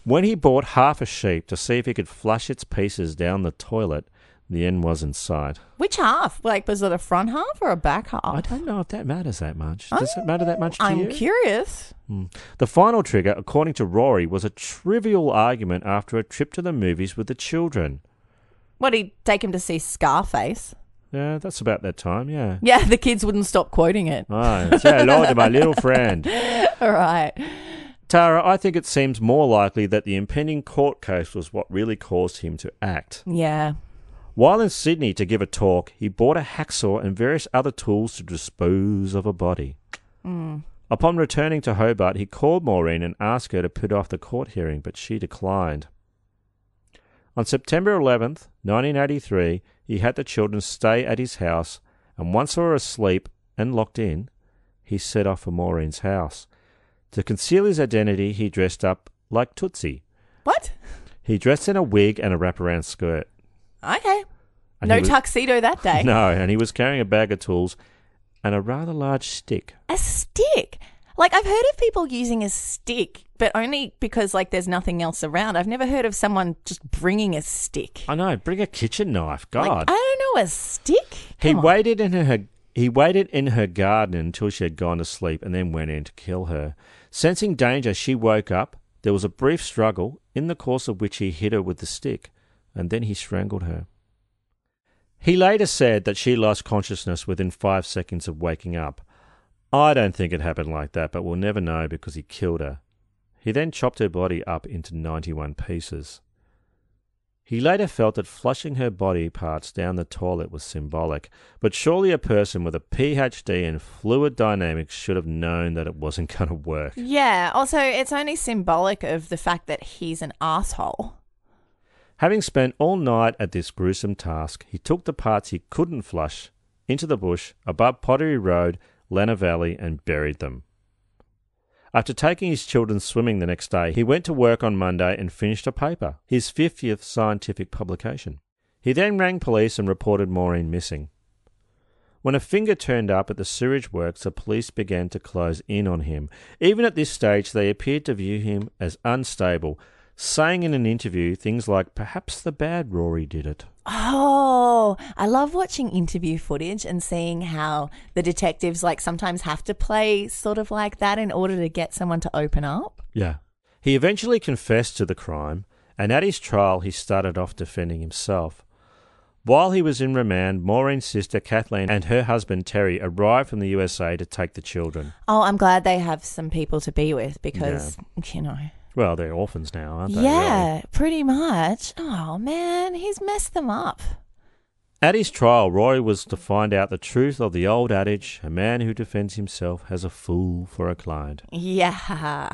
Speaker 10: When he bought half a sheep to see if he could flush its pieces down the toilet, The end was in sight.
Speaker 8: Which half? Like, was it a front half or a back half? I
Speaker 10: don't know if that matters that much. Does it matter that much to
Speaker 8: Oh. I'm
Speaker 10: you?
Speaker 8: curious.
Speaker 10: Mm. The final trigger, according to Rory, was a trivial argument after a trip to the movies with the children.
Speaker 8: What, did he take him to see Scarface?
Speaker 10: Yeah, that's about that time, yeah.
Speaker 8: Yeah, the kids wouldn't stop quoting it.
Speaker 10: Oh, say hello to my little friend.
Speaker 8: All right.
Speaker 10: Tara, I think it seems more likely that the impending court case was what really caused him to act.
Speaker 8: Yeah.
Speaker 10: While in Sydney to give a talk, he bought a hacksaw and various other tools to dispose of a body.
Speaker 8: Mm.
Speaker 10: Upon returning to Hobart, he called Maureen and asked her to put off the court hearing, but she declined. On September 11th, 1983, he had the children stay at his house, and once they were asleep and locked in, he set off for Maureen's house. To conceal his identity, he dressed up like Tootsie.
Speaker 8: What?
Speaker 10: He dressed in a wig and a wraparound skirt.
Speaker 8: Okay.
Speaker 10: And
Speaker 8: no
Speaker 10: he was-
Speaker 8: tuxedo that day.
Speaker 10: No, and he was carrying a bag of tools and a rather large stick.
Speaker 8: A stick. Like I've heard of people using a stick, but only because like there's nothing else around. I've never heard of someone just bringing a stick.
Speaker 10: I know, bring a kitchen knife.
Speaker 8: Like,
Speaker 10: God.
Speaker 8: I don't know a stick.
Speaker 10: he
Speaker 8: Come on.
Speaker 10: waited in her he waited in her garden until she had gone to sleep and then went in to kill her. Sensing danger, she woke up. There was a brief struggle, in the course of which he hit her with the stick, and then he strangled her. He later said that she lost consciousness within five seconds of waking up. I don't think it happened like that, but we'll never know because he killed her. He then chopped her body up into 91 pieces. He later felt that flushing her body parts down the toilet was symbolic, but surely a person with a PhD in fluid dynamics should have known that it wasn't going to work.
Speaker 8: Yeah. Also, it's only symbolic of the fact that he's an asshole.
Speaker 10: Having spent all night at this gruesome task, he took the parts he couldn't flush into the bush above Pottery Road, Lana Valley, and buried them. After taking his children swimming the next day, he went to work on Monday and finished a paper, his 50th scientific publication. He then rang police and reported Maureen missing. When a finger turned up at the sewage works, the police began to close in on him. Even at this stage, they appeared to view him as unstable, saying in an interview things like, Perhaps the bad Rory did it.
Speaker 8: Oh, I love watching interview footage and seeing how the detectives like sometimes have to play sort of like that in order to get someone to open up.
Speaker 10: Yeah. He eventually confessed to the crime, and at his trial, he started off defending himself. While he was in remand, Maureen's sister Kathleen and her husband Terry arrived from the USA to take the children.
Speaker 8: Oh, I'm glad they have some people to be with because, you know.
Speaker 10: Well, they're orphans now, aren't they?
Speaker 8: yeah,
Speaker 10: really?
Speaker 8: pretty much. Oh, man, he's messed them up.
Speaker 10: At his trial, Rory was to find out the truth of the old adage a man who defends himself has a fool for a client.
Speaker 8: Yeah.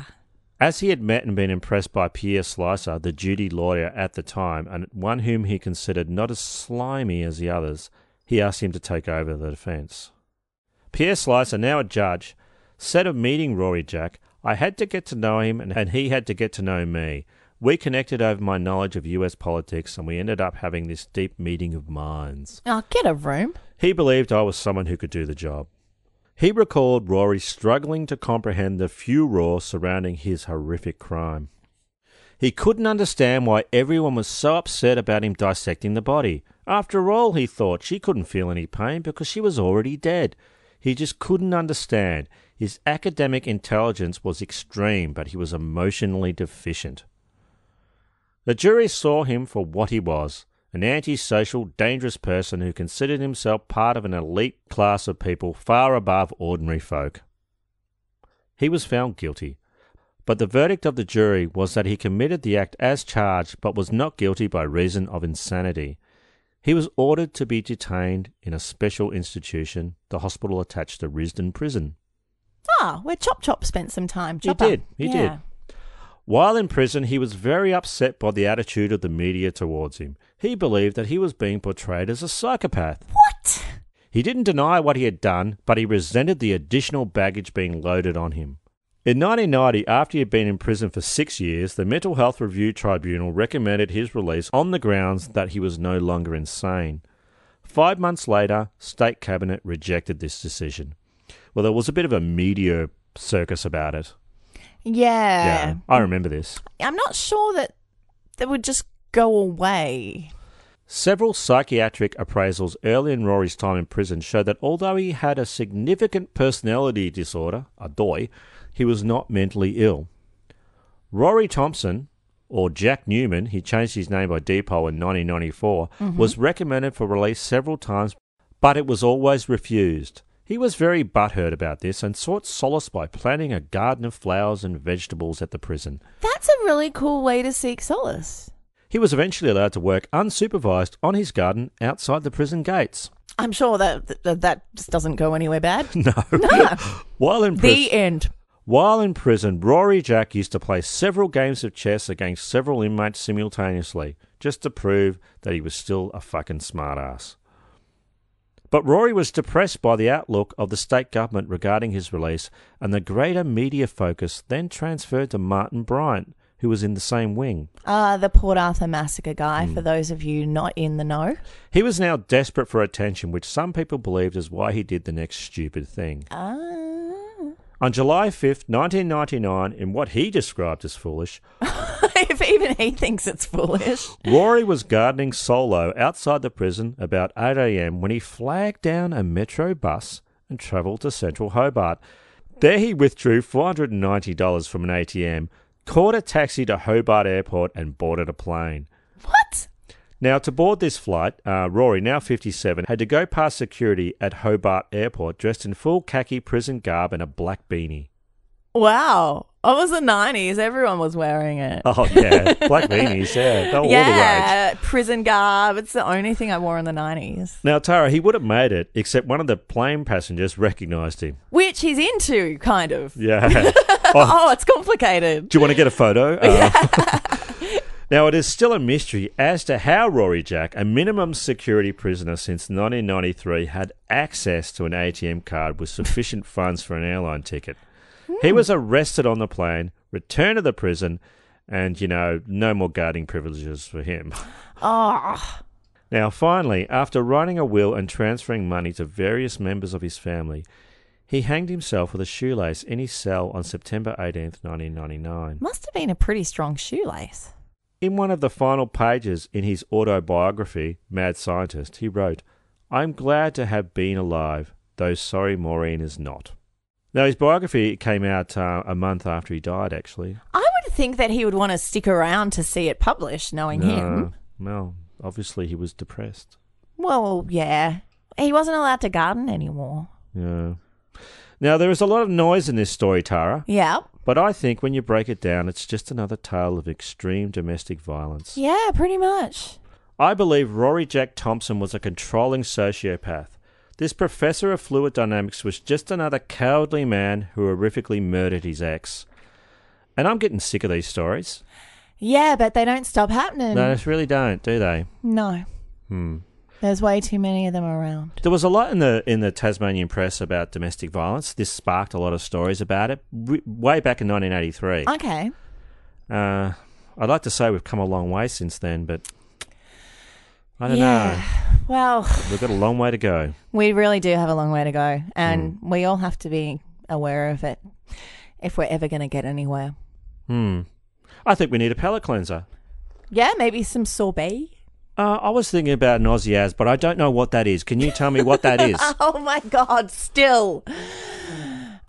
Speaker 10: As he had met and been impressed by Pierre Slicer, the duty lawyer at the time, and one whom he considered not as slimy as the others, he asked him to take over the defence. Pierre Slicer, now a judge, said of meeting Rory Jack, I had to get to know him and, and he had to get to know me. We connected over my knowledge of US politics and we ended up having this deep meeting of minds.
Speaker 8: Oh, get a room.
Speaker 10: He believed I was someone who could do the job. He recalled Rory struggling to comprehend the furor surrounding his horrific crime. He couldn't understand why everyone was so upset about him dissecting the body. After all, he thought, she couldn't feel any pain because she was already dead. He just couldn't understand. His academic intelligence was extreme, but he was emotionally deficient. The jury saw him for what he was an antisocial, dangerous person who considered himself part of an elite class of people far above ordinary folk. He was found guilty, but the verdict of the jury was that he committed the act as charged but was not guilty by reason of insanity. He was ordered to be detained in a special institution, the hospital attached to Risdon Prison.
Speaker 8: Ah, where Chop Chop spent some time.
Speaker 10: He
Speaker 8: Chopper.
Speaker 10: did. He
Speaker 8: Yeah.
Speaker 10: did. While in prison, he was very upset by the attitude of the media towards him. He believed that he was being portrayed as a psychopath.
Speaker 8: What?
Speaker 10: He didn't deny what he had done, but he resented the additional baggage being loaded on him. In 1990, after he had been in prison for six years, the Mental Health Review Tribunal recommended his release on the grounds that he was no longer insane. Five months later, State Cabinet rejected this decision. Well, there was a bit of a media circus about it.
Speaker 8: Yeah.
Speaker 10: yeah, I remember this.
Speaker 8: I'm not sure that they would just go away.
Speaker 10: Several psychiatric appraisals early in Rory's time in prison show that although he had a significant personality disorder, a DOI, he was not mentally ill. Rory Thompson, or Jack Newman, he changed his name by Depot in 1994,
Speaker 12: Mhm.
Speaker 10: was recommended for release several times, but it was always refused. He was very butthurt about this and sought solace by planting a garden of flowers and vegetables at the prison.
Speaker 8: That's a really cool way to seek solace.
Speaker 10: He was eventually allowed to work unsupervised on his garden outside the prison gates.
Speaker 8: I'm sure that that, that just doesn't go anywhere bad.
Speaker 10: No. While in prison,
Speaker 8: The end.
Speaker 10: While in prison, Rory Jack used to play several games of chess against several inmates simultaneously, just to prove that he was still a fucking smartass. But Rory was depressed by the outlook of the state government regarding his release, and the greater media focus then transferred to Martin Bryant, who was in the same wing.
Speaker 8: Uh, the Port Arthur massacre guy, for
Speaker 10: Mm.
Speaker 8: those of you not in the know.
Speaker 10: He was now desperate for attention, which some people believed is why he did the next stupid thing.
Speaker 8: Uh.
Speaker 10: On July 5th, 1999, in what he described as foolish,
Speaker 8: if even he thinks it's foolish.
Speaker 10: Rory was gardening solo outside the prison about 8 a.m. when he flagged down a metro bus and travelled to central Hobart. There he withdrew $490 from an ATM, caught a taxi to Hobart Airport, and boarded a plane.
Speaker 8: What?
Speaker 10: Now, to board this flight, uh, Rory, now 57, had to go past security at Hobart Airport dressed in full khaki prison garb and a black beanie.
Speaker 8: Wow. It was the 90s. Everyone was wearing it.
Speaker 10: Oh, yeah, black beanies, yeah, they were all the rage.
Speaker 8: yeah, prison garb. It's the only thing I wore in the 90s,
Speaker 10: Now, Tara, he would have made it, except one of the plane passengers recognised him.
Speaker 8: which he's into, kind of.
Speaker 10: Yeah.
Speaker 8: Oh,
Speaker 10: Oh,
Speaker 8: it's complicated.
Speaker 10: do you want to get a photo? Uh, now, it is still a mystery as to how Rory Jack, a minimum security prisoner since 1993, had access to an ATM card with sufficient funds for an airline ticket. He was arrested on the plane, returned to the prison, and, you know, no more guarding privileges for him.
Speaker 8: Oh,
Speaker 10: Now, finally, after writing a will and transferring money to various members of his family, he hanged himself with a shoelace in his cell on September 18th, 1999.
Speaker 8: must have been a pretty strong shoelace.
Speaker 10: In one of the final pages in his autobiography, Mad Scientist, he wrote, I'm glad to have been alive, though sorry Maureen is not. Now, his biography came out uh, a month after he died, actually.
Speaker 8: I would think that he would want to stick around to see it published, knowing him.
Speaker 10: Well, obviously he was depressed.
Speaker 8: Well, yeah. He wasn't allowed to garden anymore.
Speaker 10: Yeah. Now, there is a lot of noise in this story, Tara.
Speaker 8: Yeah.
Speaker 10: But I think when you break it down, it's just another tale of extreme domestic violence.
Speaker 8: Yeah, pretty much.
Speaker 10: I believe Rory Jack Thompson was a controlling sociopath. This professor of fluid dynamics was just another cowardly man who horrifically murdered his ex. And I'm getting sick of these stories.
Speaker 8: Yeah, but they don't stop happening.
Speaker 10: No, they really don't, do they?
Speaker 8: No.
Speaker 10: Hmm.
Speaker 8: There's way too many of them around.
Speaker 10: There was a lot in the in the Tasmanian press about domestic violence. This sparked a lot of stories about it w- way back in 1983.
Speaker 8: Okay.
Speaker 10: Uh, I'd like to say we've come a long way since then, but I don't
Speaker 8: Yeah. Well,
Speaker 10: know. We've got a long way to go.
Speaker 8: we really do have a long way to go, and
Speaker 10: Hmm.
Speaker 8: we all have to be aware of it if we're ever going to get anywhere.
Speaker 10: Hmm. I think we need a palate cleanser.
Speaker 8: Yeah, maybe some sorbet.
Speaker 10: Uh, I was thinking about an Aussie as, but I don't know what that is. Can you tell me what that is?
Speaker 8: oh my God, still.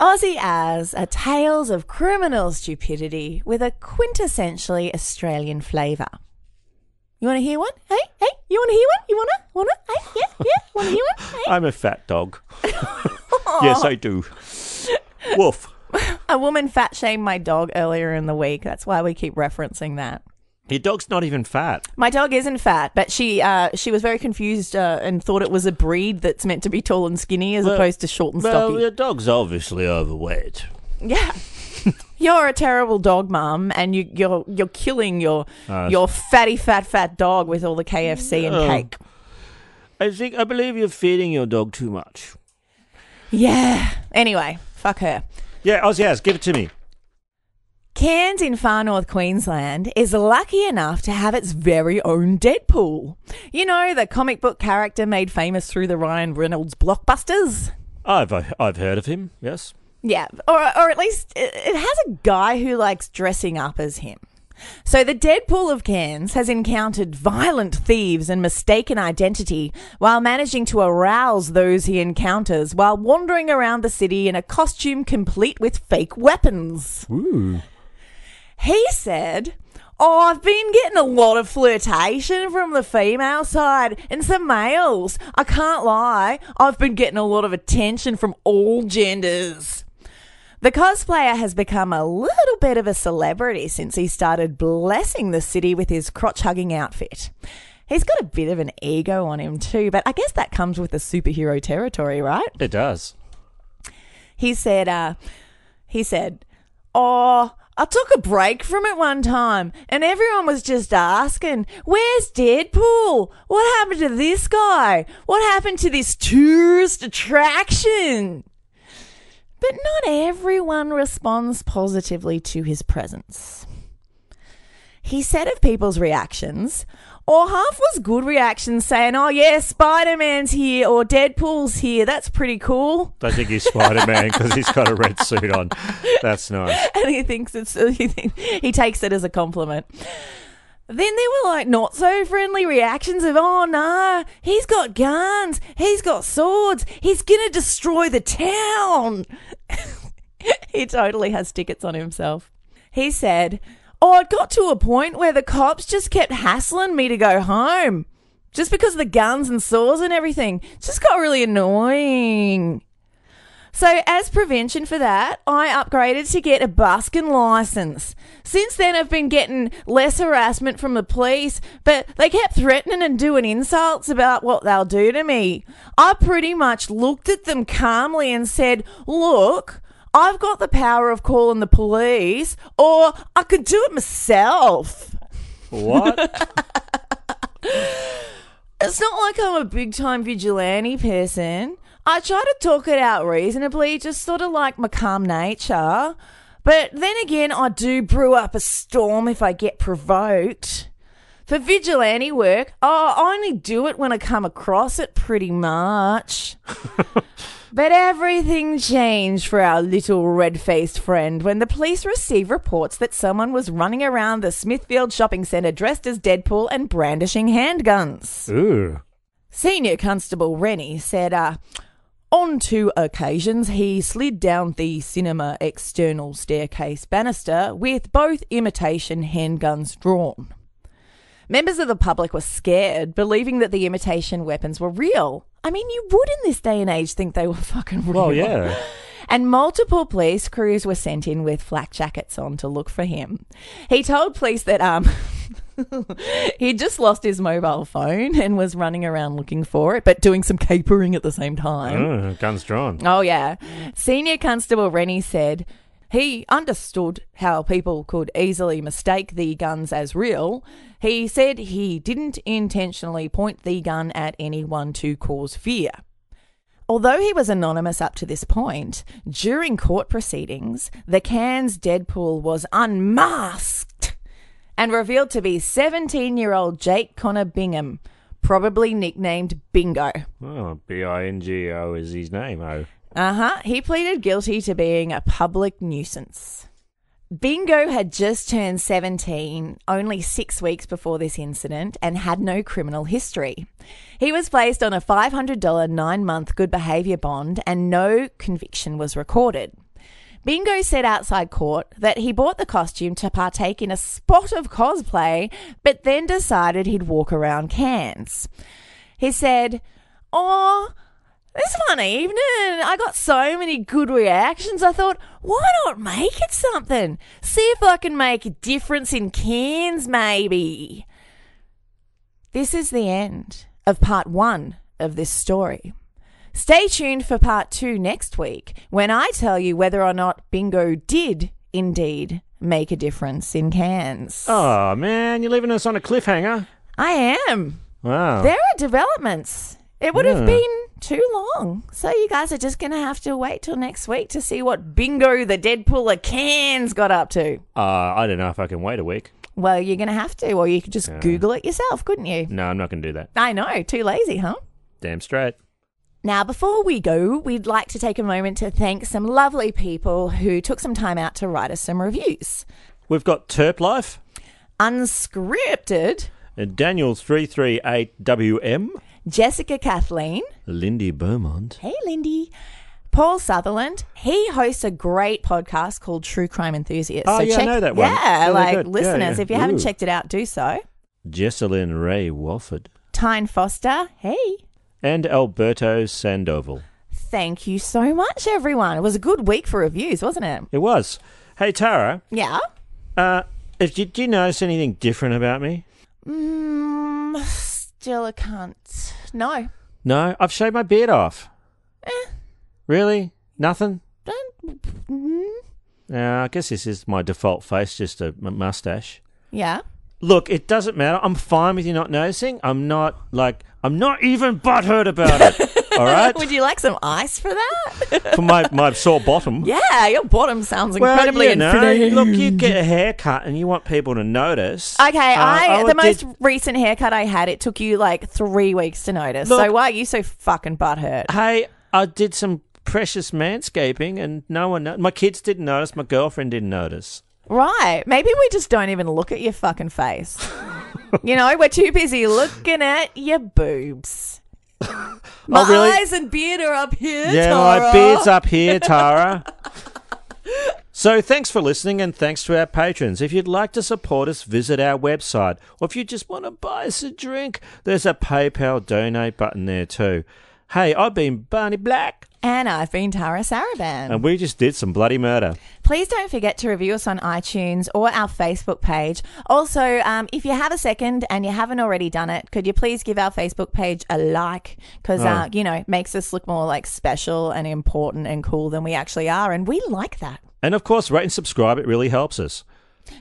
Speaker 8: Aussie as are tales of criminal stupidity with a quintessentially Australian flavour. You want to hear one? Hey, hey, you want to hear one? You want to? Want to? Hey, yeah, yeah, want to hear one?
Speaker 10: I'm a fat dog. yes, I do. Woof.
Speaker 8: A woman fat shamed my dog earlier in the week. That's why we keep referencing that.
Speaker 10: Your dog's not even fat.
Speaker 8: My dog isn't fat, but she uh, she was very confused uh, and thought it was a breed that's meant to be tall and skinny as
Speaker 10: Well-
Speaker 8: opposed to short and
Speaker 10: Well,
Speaker 8: stocky.
Speaker 10: your dog's obviously overweight.
Speaker 8: Yeah. You're a terrible dog mum, and you, you're you're killing your
Speaker 10: Uh,
Speaker 8: your fatty fat fat dog with all the KFC and
Speaker 10: Oh.
Speaker 8: cake.
Speaker 10: I think I believe you're feeding your dog too much.
Speaker 8: Yeah. Anyway, fuck her.
Speaker 10: Yeah, Aussie as, give it to me.
Speaker 8: Cairns in far north Queensland is lucky enough to have its very own Deadpool. You know, the comic book character made famous through the Ryan Reynolds blockbusters?
Speaker 10: I've uh, I've heard of him. Yes.
Speaker 8: Yeah, or, or at least it, it has a guy who likes dressing up as him. So the Deadpool of Cairns has encountered violent thieves and mistaken identity while managing to arouse those he encounters while wandering around the city in a costume complete with fake weapons.
Speaker 12: Ooh.
Speaker 8: He said, Oh, I've been getting a lot of flirtation from the female side and some males. I can't lie, I've been getting a lot of attention from all genders. The cosplayer has become a little bit of a celebrity since he started blessing the city with his crotch hugging outfit. He's got a bit of an ego on him, too, but I guess that comes with the superhero territory, right?
Speaker 10: It does.
Speaker 8: He said, uh, he said, Oh, I took a break from it one time and everyone was just asking, Where's Deadpool? What happened to this guy? What happened to this tourist attraction? But not everyone responds positively to his presence. He said of people's reactions, or half was good reactions saying, Oh, yeah, Spider Man's here or Deadpool's here. That's pretty cool.
Speaker 10: I think he's Spider Man because he's got a red suit on. That's nice.
Speaker 8: and he thinks it's he, think, he takes it as a compliment. Then there were like not so friendly reactions of, oh no, he's got guns, he's got swords, he's gonna destroy the town. he totally has tickets on himself. He said, oh, it got to a point where the cops just kept hassling me to go home. Just because of the guns and swords and everything. It just got really annoying. So, as prevention for that, I upgraded to get a busking license. Since then, I've been getting less harassment from the police, but they kept threatening and doing insults about what they'll do to me. I pretty much looked at them calmly and said, Look, I've got the power of calling the police, or I could do it myself.
Speaker 10: What?
Speaker 8: It's not like I'm a big time vigilante person. I try to talk it out reasonably, just sort of like my calm nature. But then again, I do brew up a storm if I get provoked. For vigilante work, oh, I only do it when I come across it pretty much. But everything changed for our little red faced friend when the police received reports that someone was running around the Smithfield shopping centre dressed as Deadpool and brandishing handguns.
Speaker 10: Ooh.
Speaker 8: Senior Constable Rennie said, uh, on two occasions, he slid down the cinema external staircase banister with both imitation handguns drawn. Members of the public were scared, believing that the imitation weapons were real. I mean, you would in this day and age think they were fucking real.
Speaker 10: Well, yeah.
Speaker 8: And multiple police crews were sent in with flak jackets on to look for him. He told police that um he'd just lost his mobile phone and was running around looking for it, but doing some capering at the same time.
Speaker 10: Oh, guns drawn.
Speaker 8: Oh, yeah. Senior Constable Rennie said he understood how people could easily mistake the guns as real. He said he didn't intentionally point the gun at anyone to cause fear. Although he was anonymous up to this point, during court proceedings, the Cairns Deadpool was unmasked and revealed to be 17 year old Jake Connor Bingham, probably nicknamed Bingo.
Speaker 10: Oh, B I N G O is his name. Oh.
Speaker 8: Uh huh. He pleaded guilty to being a public nuisance. Bingo had just turned 17 only six weeks before this incident and had no criminal history. He was placed on a $500 nine month good behaviour bond and no conviction was recorded. Bingo said outside court that he bought the costume to partake in a spot of cosplay, but then decided he'd walk around Cairns. He said, Oh, this one evening, I got so many good reactions. I thought, why not make it something? See if I can make a difference in Cairns, maybe. This is the end of part one of this story. Stay tuned for part two next week when I tell you whether or not Bingo did indeed make a difference in Cairns.
Speaker 10: Oh, man, you're leaving us on a cliffhanger.
Speaker 8: I am.
Speaker 10: Wow.
Speaker 8: There are developments. It would
Speaker 10: Oh. Yeah.
Speaker 8: have been too long. So you guys are just going to have to wait till next week to see what Bingo the Deadpool of Cairns got up to.
Speaker 10: Uh, I don't know if I can wait a week.
Speaker 8: Well, you're going to have to, or you could just
Speaker 10: Yeah.
Speaker 8: Google it yourself, couldn't you?
Speaker 10: No, I'm not going to do that.
Speaker 8: I know, too lazy, huh?
Speaker 10: Damn straight.
Speaker 8: Now, before we go, we'd like to take a moment to thank some lovely people who took some time out to write us some reviews.
Speaker 10: We've got Terp Life.
Speaker 8: Unscripted,
Speaker 10: And Daniel three three eight WM,
Speaker 8: Jessica Kathleen.
Speaker 10: Lindy Beaumont.
Speaker 8: Hey, Lindy. Paul Sutherland, he hosts a great podcast called True Crime Enthusiast.
Speaker 10: Oh, yeah, I know that one.
Speaker 8: Yeah,
Speaker 10: Yeah, they're
Speaker 8: like
Speaker 10: good. Yeah,
Speaker 8: listeners,
Speaker 10: yeah.
Speaker 8: if you haven't
Speaker 10: Ooh.
Speaker 8: checked it out, do so.
Speaker 10: Jessalyn Ray Walford,
Speaker 8: Tyne Foster, hey.
Speaker 10: and Alberto Sandoval.
Speaker 8: Thank you so much, everyone. It was a good week for reviews, wasn't it?
Speaker 10: It was. Hey Tara,
Speaker 8: Yeah.
Speaker 10: uh, if you, do you notice anything different about me?
Speaker 8: Mm, still a cunt. No.
Speaker 10: No, I've shaved my beard off. Really? Nothing?
Speaker 8: Mm-hmm.
Speaker 10: Yeah, I guess this is my default face, just a m- mustache.
Speaker 8: Yeah.
Speaker 10: Look, it doesn't matter. I'm fine with you not noticing. I'm not like I'm not even butthurt about it. all right,
Speaker 8: Would you like some ice for that?
Speaker 10: for my my sore bottom.
Speaker 8: yeah, your bottom sounds
Speaker 10: Well,
Speaker 8: incredibly
Speaker 10: you know,
Speaker 8: infinite.
Speaker 10: Look, you get a haircut and you want people to notice.
Speaker 8: Okay,
Speaker 10: Uh,
Speaker 8: I,
Speaker 10: oh,
Speaker 8: the
Speaker 10: it
Speaker 8: most
Speaker 10: did-
Speaker 8: recent haircut I had, it took you like three weeks to notice.
Speaker 10: Look-
Speaker 8: so why are you so fucking butthurt?
Speaker 10: hey, I did some precious manscaping, and no one. No- my kids didn't notice. My girlfriend didn't notice.
Speaker 8: Right. Maybe we just don't even look at your fucking face. you know, we're too busy looking at your boobs. My
Speaker 10: Oh, really?
Speaker 8: eyes and beard are up here.
Speaker 10: Yeah,
Speaker 8: Tara.
Speaker 10: my beard's up here, Tara. so thanks for listening and thanks to our patrons. If you'd like to support us, visit our website. Or if you just want to buy us a drink, there's a PayPal donate button there too. Hey, I've been Barney Black.
Speaker 8: And I've been Tara Saraban.
Speaker 10: And we just did some bloody murder.
Speaker 8: Please don't forget to review us on iTunes or our Facebook page. Also, um, if you have a second and you haven't already done it, could you please give our Facebook page a like? Because,
Speaker 10: Oh.
Speaker 8: uh, you know, it makes us look more like special and important and cool than we actually are. And we like that.
Speaker 10: And of course, rate and subscribe, it really helps us.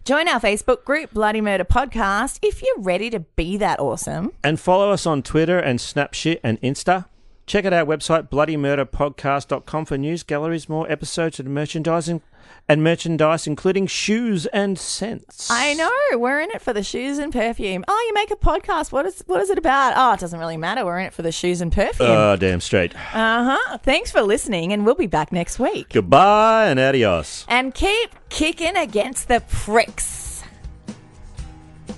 Speaker 8: Join our Facebook group, Bloody Murder Podcast, if you're ready to be that awesome.
Speaker 10: And follow us on Twitter and Snapshit and Insta. Check out our website, bloodymurderpodcast.com, for news, galleries, more episodes, and merchandising and merchandise, including shoes and scents.
Speaker 8: I know we're in it for the shoes and perfume. Oh, you make a podcast. What is what is it about? Oh, it doesn't really matter. We're in it for the shoes and perfume.
Speaker 10: Oh, damn straight.
Speaker 8: Uh huh. Thanks for listening, and we'll be back next week.
Speaker 10: Goodbye and adios.
Speaker 8: And keep kicking against the pricks.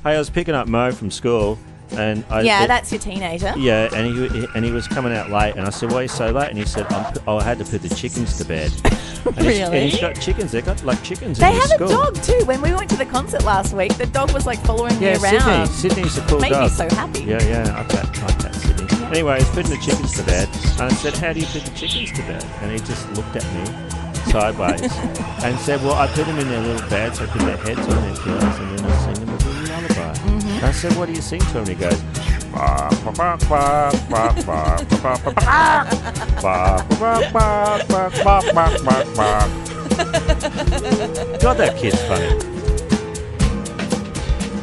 Speaker 10: Hey, I was picking up Mo from school, and I
Speaker 8: yeah,
Speaker 10: it-
Speaker 8: that's your teenager.
Speaker 10: yeah, and he and he was coming out late, and I said, "Why are you so late?" And he said, I'm, "Oh, I had to put the chickens to bed." And he's- and
Speaker 8: Really?
Speaker 10: he's got chickens. They got like chickens.
Speaker 8: They
Speaker 10: in his
Speaker 8: have a
Speaker 10: school.
Speaker 8: dog too. When we went to the concert last week, the dog was like following
Speaker 10: Yeah,
Speaker 8: me around.
Speaker 10: Sydney. Sydney's a cool
Speaker 8: Made me
Speaker 10: dog.
Speaker 8: so happy.
Speaker 10: Yeah, yeah, I bet, I bet Sydney. Anyway, I was putting the chickens to bed, and I said, "How do you put the chickens to bed?" And he just looked at me sideways and said, "Well, I put them in their little beds. I put their heads on their pillows, and then I sing them a little lullaby."
Speaker 8: Mm-hmm.
Speaker 10: And I said, "What do you sing to him?" And he goes. "Ba, ba, ba, ba, ba, ba, ba, ba, ba, ba, ba, ba, ba, ba, ba, ba, ba, ba." God, that kid's funny.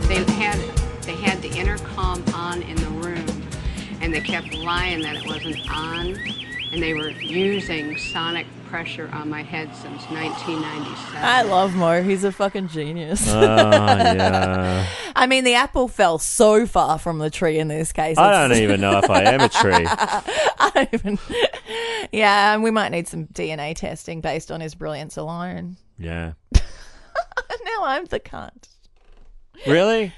Speaker 12: They had they had the intercom on in the room, and they kept lying that it wasn't on, and they were using sonic pressure on my head since 1997.
Speaker 8: I love Mo. He's a fucking genius.
Speaker 10: Ah, yeah.
Speaker 8: I mean, the apple fell so far from the tree in this case.
Speaker 10: I don't even know if I am a tree.
Speaker 8: I don't even. Yeah, and we might need some DNA testing based on his brilliance alone.
Speaker 10: Yeah.
Speaker 8: now I'm the cunt.
Speaker 10: Really?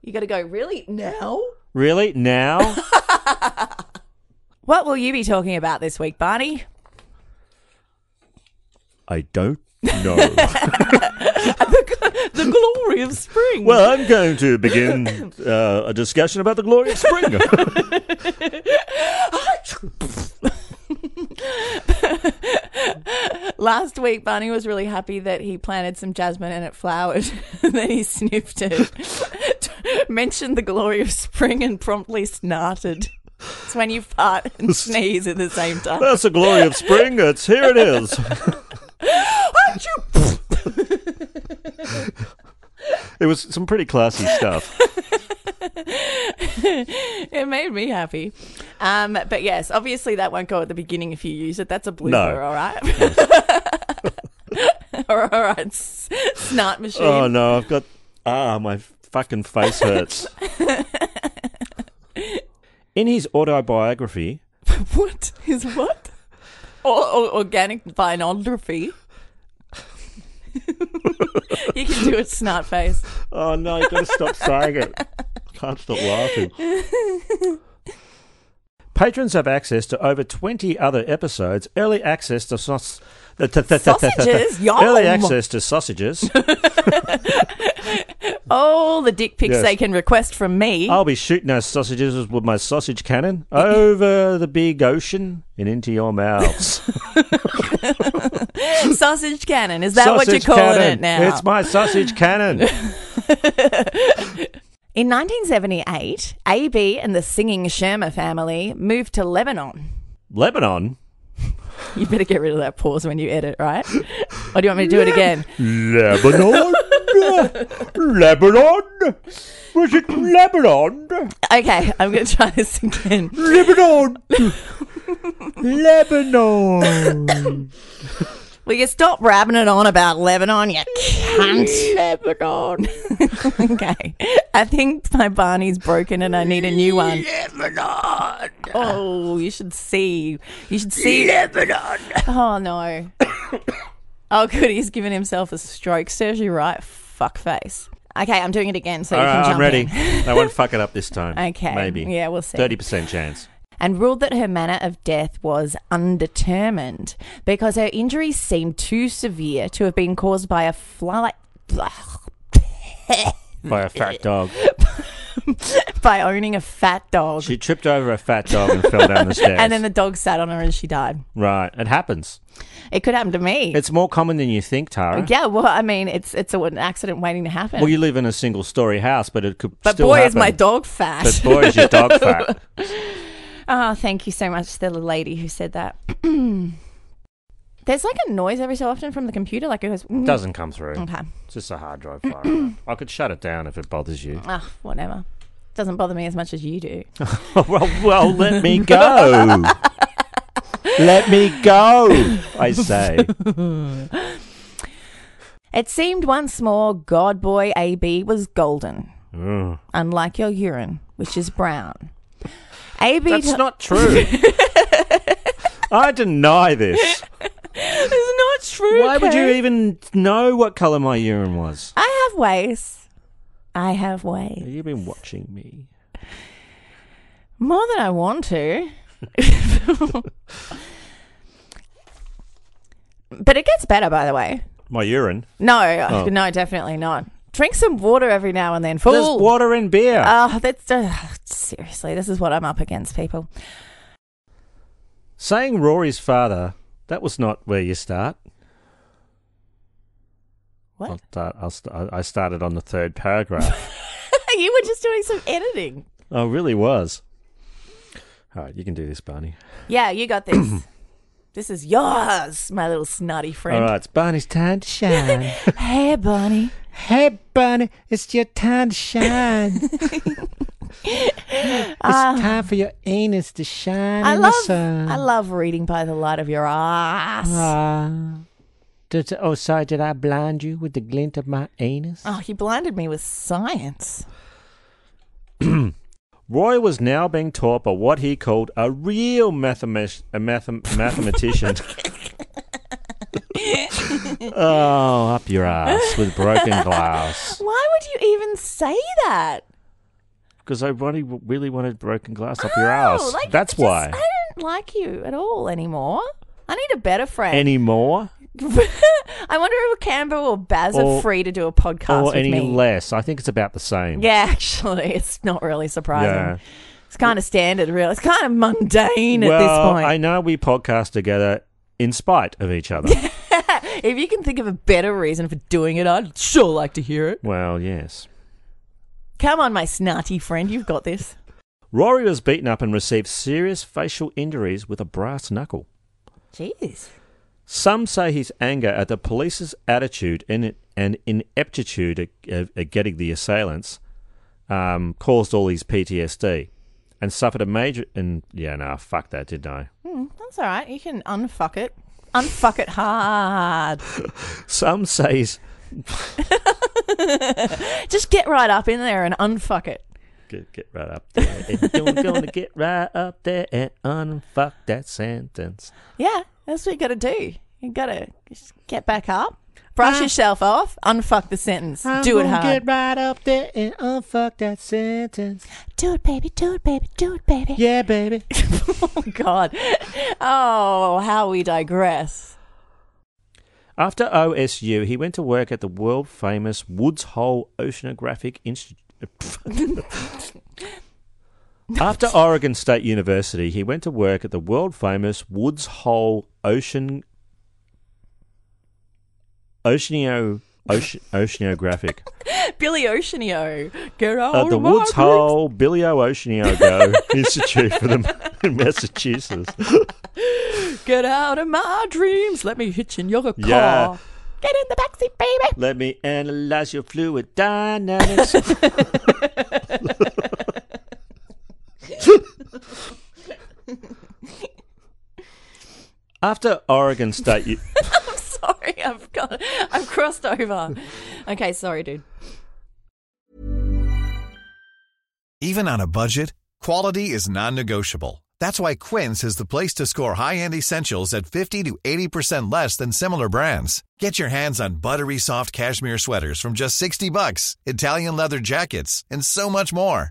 Speaker 8: You got to go really now.
Speaker 10: Really? Now?
Speaker 8: What will you be talking about this week, Barney?
Speaker 10: I don't know.
Speaker 8: the glory of spring.
Speaker 10: well, I'm going to begin uh, a discussion about the glory of spring.
Speaker 8: Last week, Barney was really happy that he planted some jasmine and it flowered. and then he sniffed it, mentioned the glory of spring, and promptly snarted. It's when you fart and sneeze at the same time.
Speaker 10: That's the glory of spring. It's here it is. it was some pretty classy stuff.
Speaker 8: it made me happy. Um, but yes, obviously that won't go at the beginning if you use it. That's a blooper,
Speaker 10: No.
Speaker 8: all right? all right, s- snart machine.
Speaker 10: Oh no, I've got ah, my fucking face hurts. In his autobiography,
Speaker 8: What is what? Or, or organic vinography. you can do a snart face.
Speaker 10: Oh no, you've got to stop saying it. I can't stop laughing. Patrons have access to over 20 other episodes, early access to sauce, th- th- th- th- th- th-
Speaker 8: Sausages? Yum.
Speaker 10: early access to sausages.
Speaker 8: All the dick pics
Speaker 10: Yes. Oh.
Speaker 8: they can request from me.
Speaker 10: I'll be shooting those sausages with my sausage cannon over the big ocean and into your mouths.
Speaker 8: sausage cannon. Is that what you're
Speaker 10: Sausage
Speaker 8: calling
Speaker 10: cannon.
Speaker 8: it now?
Speaker 10: It's my sausage cannon.
Speaker 8: In 1978, AB and the singing Sherma family moved to Lebanon.
Speaker 10: Lebanon.
Speaker 8: You better get rid of that pause when you edit, right? Or do you want me to do it again?
Speaker 10: Lebanon. Lebanon. Was it Lebanon?
Speaker 8: Okay, I'm going to try this again.
Speaker 10: Lebanon. Lebanon.
Speaker 8: Will you stop rabbiting it on about Lebanon, you cunt? Lebanon. okay. I think my Barney's broken and I need a new one. Lebanon. Oh, you should see. You should see. Lebanon. Oh, no. oh, good. He's given himself a stroke. Serves you right, fuckface. Okay, I'm doing it again so
Speaker 10: All
Speaker 8: you can
Speaker 10: right,
Speaker 8: jump
Speaker 10: I'm ready.
Speaker 8: in.
Speaker 10: I won't fuck it up this time.
Speaker 8: Okay,
Speaker 10: Maybe.
Speaker 8: yeah, we'll see.
Speaker 10: 30% chance.
Speaker 8: and ruled that her manner of death was undetermined because her injuries seemed too severe to have been caused by a flight
Speaker 10: By a fat dog.
Speaker 8: by owning a fat dog.
Speaker 10: She tripped over a fat dog and fell down the stairs.
Speaker 8: and then the dog sat on her and she died.
Speaker 10: right. It happens.
Speaker 8: It could happen to me.
Speaker 10: It's more common than you think, Tara.
Speaker 8: Yeah, well, I mean, it's it's a, an accident waiting to happen.
Speaker 10: Well, you live in a single story house, but it could
Speaker 8: but
Speaker 10: still
Speaker 8: boy,
Speaker 10: happen.
Speaker 8: is my dog fat.
Speaker 10: But boy, is your dog fat.
Speaker 8: Oh, thank you so much to the lady who said that. There's like a noise every so often from the computer, like it goes. mm.
Speaker 10: Doesn't come through.
Speaker 8: Okay.
Speaker 10: It's just a hard drive fire. alarm. I could shut it down if it bothers you.
Speaker 8: Ah, whatever. Doesn't bother me as much as you do.
Speaker 10: well, well, let me go. let me go, I say.
Speaker 8: It seemed once more God Boy AB was golden,
Speaker 10: Mm.
Speaker 8: unlike your urine, which is brown. AB
Speaker 10: That's
Speaker 8: t-
Speaker 10: not true. I deny this.
Speaker 8: It's not true.
Speaker 10: Why would you
Speaker 8: Kate.
Speaker 10: even know what colour my urine was?
Speaker 8: I have ways. I have ways.
Speaker 10: You've been watching me.
Speaker 8: More than I want to. but it gets better, by the way.
Speaker 10: My urine.
Speaker 8: No,
Speaker 10: Oh.
Speaker 8: no, definitely not. Drink some water every now and then. Fool.
Speaker 10: There's water and beer.
Speaker 8: Oh, that's uh, seriously. This is what I'm up against, people.
Speaker 10: Saying Rory's father, that was not where you start.
Speaker 8: What?
Speaker 10: I'll start, I'll st- I I started on the third paragraph.
Speaker 8: you were just doing some editing.
Speaker 10: I really was. All right, you can do this, Barney.
Speaker 8: Yeah, you got this. this is yours, my little snotty friend.
Speaker 10: All right, it's Barney's time to shine.
Speaker 8: Hey, Bonnie.
Speaker 10: Hey, Bonnie, it's your time to shine. it's time for your anus to shine
Speaker 8: Ah. I
Speaker 10: in
Speaker 8: love,
Speaker 10: the sun.
Speaker 8: I love reading by the light of your ass.
Speaker 10: Ah. Did- oh, sorry, did I blind you with the glint of my anus?
Speaker 8: oh, he blinded me with science.
Speaker 10: Roy was now being taught by what he called a real mathemat- a mathem- mathematician. oh, up your ass with broken glass.
Speaker 8: Why would you even say that?
Speaker 10: Because I really, really wanted broken glass up
Speaker 8: Oh,
Speaker 10: your ass.
Speaker 8: like,
Speaker 10: That's
Speaker 8: just-
Speaker 10: why.
Speaker 8: I don't like you at all anymore. I need a better friend.
Speaker 10: Any more
Speaker 8: I wonder if Canberra or Baz are
Speaker 10: Or-
Speaker 8: free to do a podcast
Speaker 10: or
Speaker 8: with
Speaker 10: any
Speaker 8: me.
Speaker 10: less? I think it's about the same.
Speaker 8: yeah, actually, it's not really surprising.
Speaker 10: Yeah.
Speaker 8: It's kind of standard, really. It's kind of mundane
Speaker 10: well,
Speaker 8: at this point.
Speaker 10: I know we podcast together in spite of each other.
Speaker 8: if you can think of a better reason for doing it, I'd sure like to hear it.
Speaker 10: well, yes.
Speaker 8: Come on, my snotty friend, you've got this.
Speaker 10: Rory was beaten up and received serious facial injuries with a brass knuckle.
Speaker 8: Jeez.
Speaker 10: Some say his anger at the police's attitude and, and ineptitude at, at, at getting the assailants um, caused all his PTSD and suffered a major. And yeah, nah, fuck that, didn't I?
Speaker 8: Hmm, that's all right. You can unfuck it. Unfuck it hard.
Speaker 10: Some say his.
Speaker 8: Just get right up in there and unfuck it.
Speaker 10: Get, get right up there. and you're gonna get right up there and unfuck that sentence.
Speaker 8: Yeah, that's what you got to do. You got to get back up.
Speaker 10: Ah.
Speaker 8: Brush yourself off. Unfuck the sentence.
Speaker 13: I'm
Speaker 8: Do it
Speaker 13: gonna
Speaker 8: hard.
Speaker 13: Get right up there and unfuck that sentence.
Speaker 8: Do it, baby. Do it, baby. Do it, baby.
Speaker 13: Yeah, baby.
Speaker 8: oh God. Oh, how we digress.
Speaker 10: After OSU, he went to work at the world famous Woods Hole Oceanographic Institute. After Oregon State University, he went to work at the world famous Woods Hole Ocean Oceanio Ocean, Oceanographic.
Speaker 8: Billy Oceanio. Get out
Speaker 10: At the
Speaker 8: of Oh, my
Speaker 10: Woods
Speaker 8: group.
Speaker 10: Hole Billy O. Oceaniogo Institute for the in Massachusetts.
Speaker 8: Get out of my dreams. Let me hitch in your car.
Speaker 10: Yeah.
Speaker 8: Get in the backseat, baby.
Speaker 10: Let me analyze your fluid dynamics. After Oregon State, U-
Speaker 8: I'm sorry. I've got. I've crossed over. Okay, sorry, dude.
Speaker 6: Even on a budget, quality is non-negotiable. That's why Quince is the place to score high-end essentials at 50 to 80% less than similar brands. Get your hands on buttery soft cashmere sweaters from just 60 bucks, Italian leather jackets, and so much more.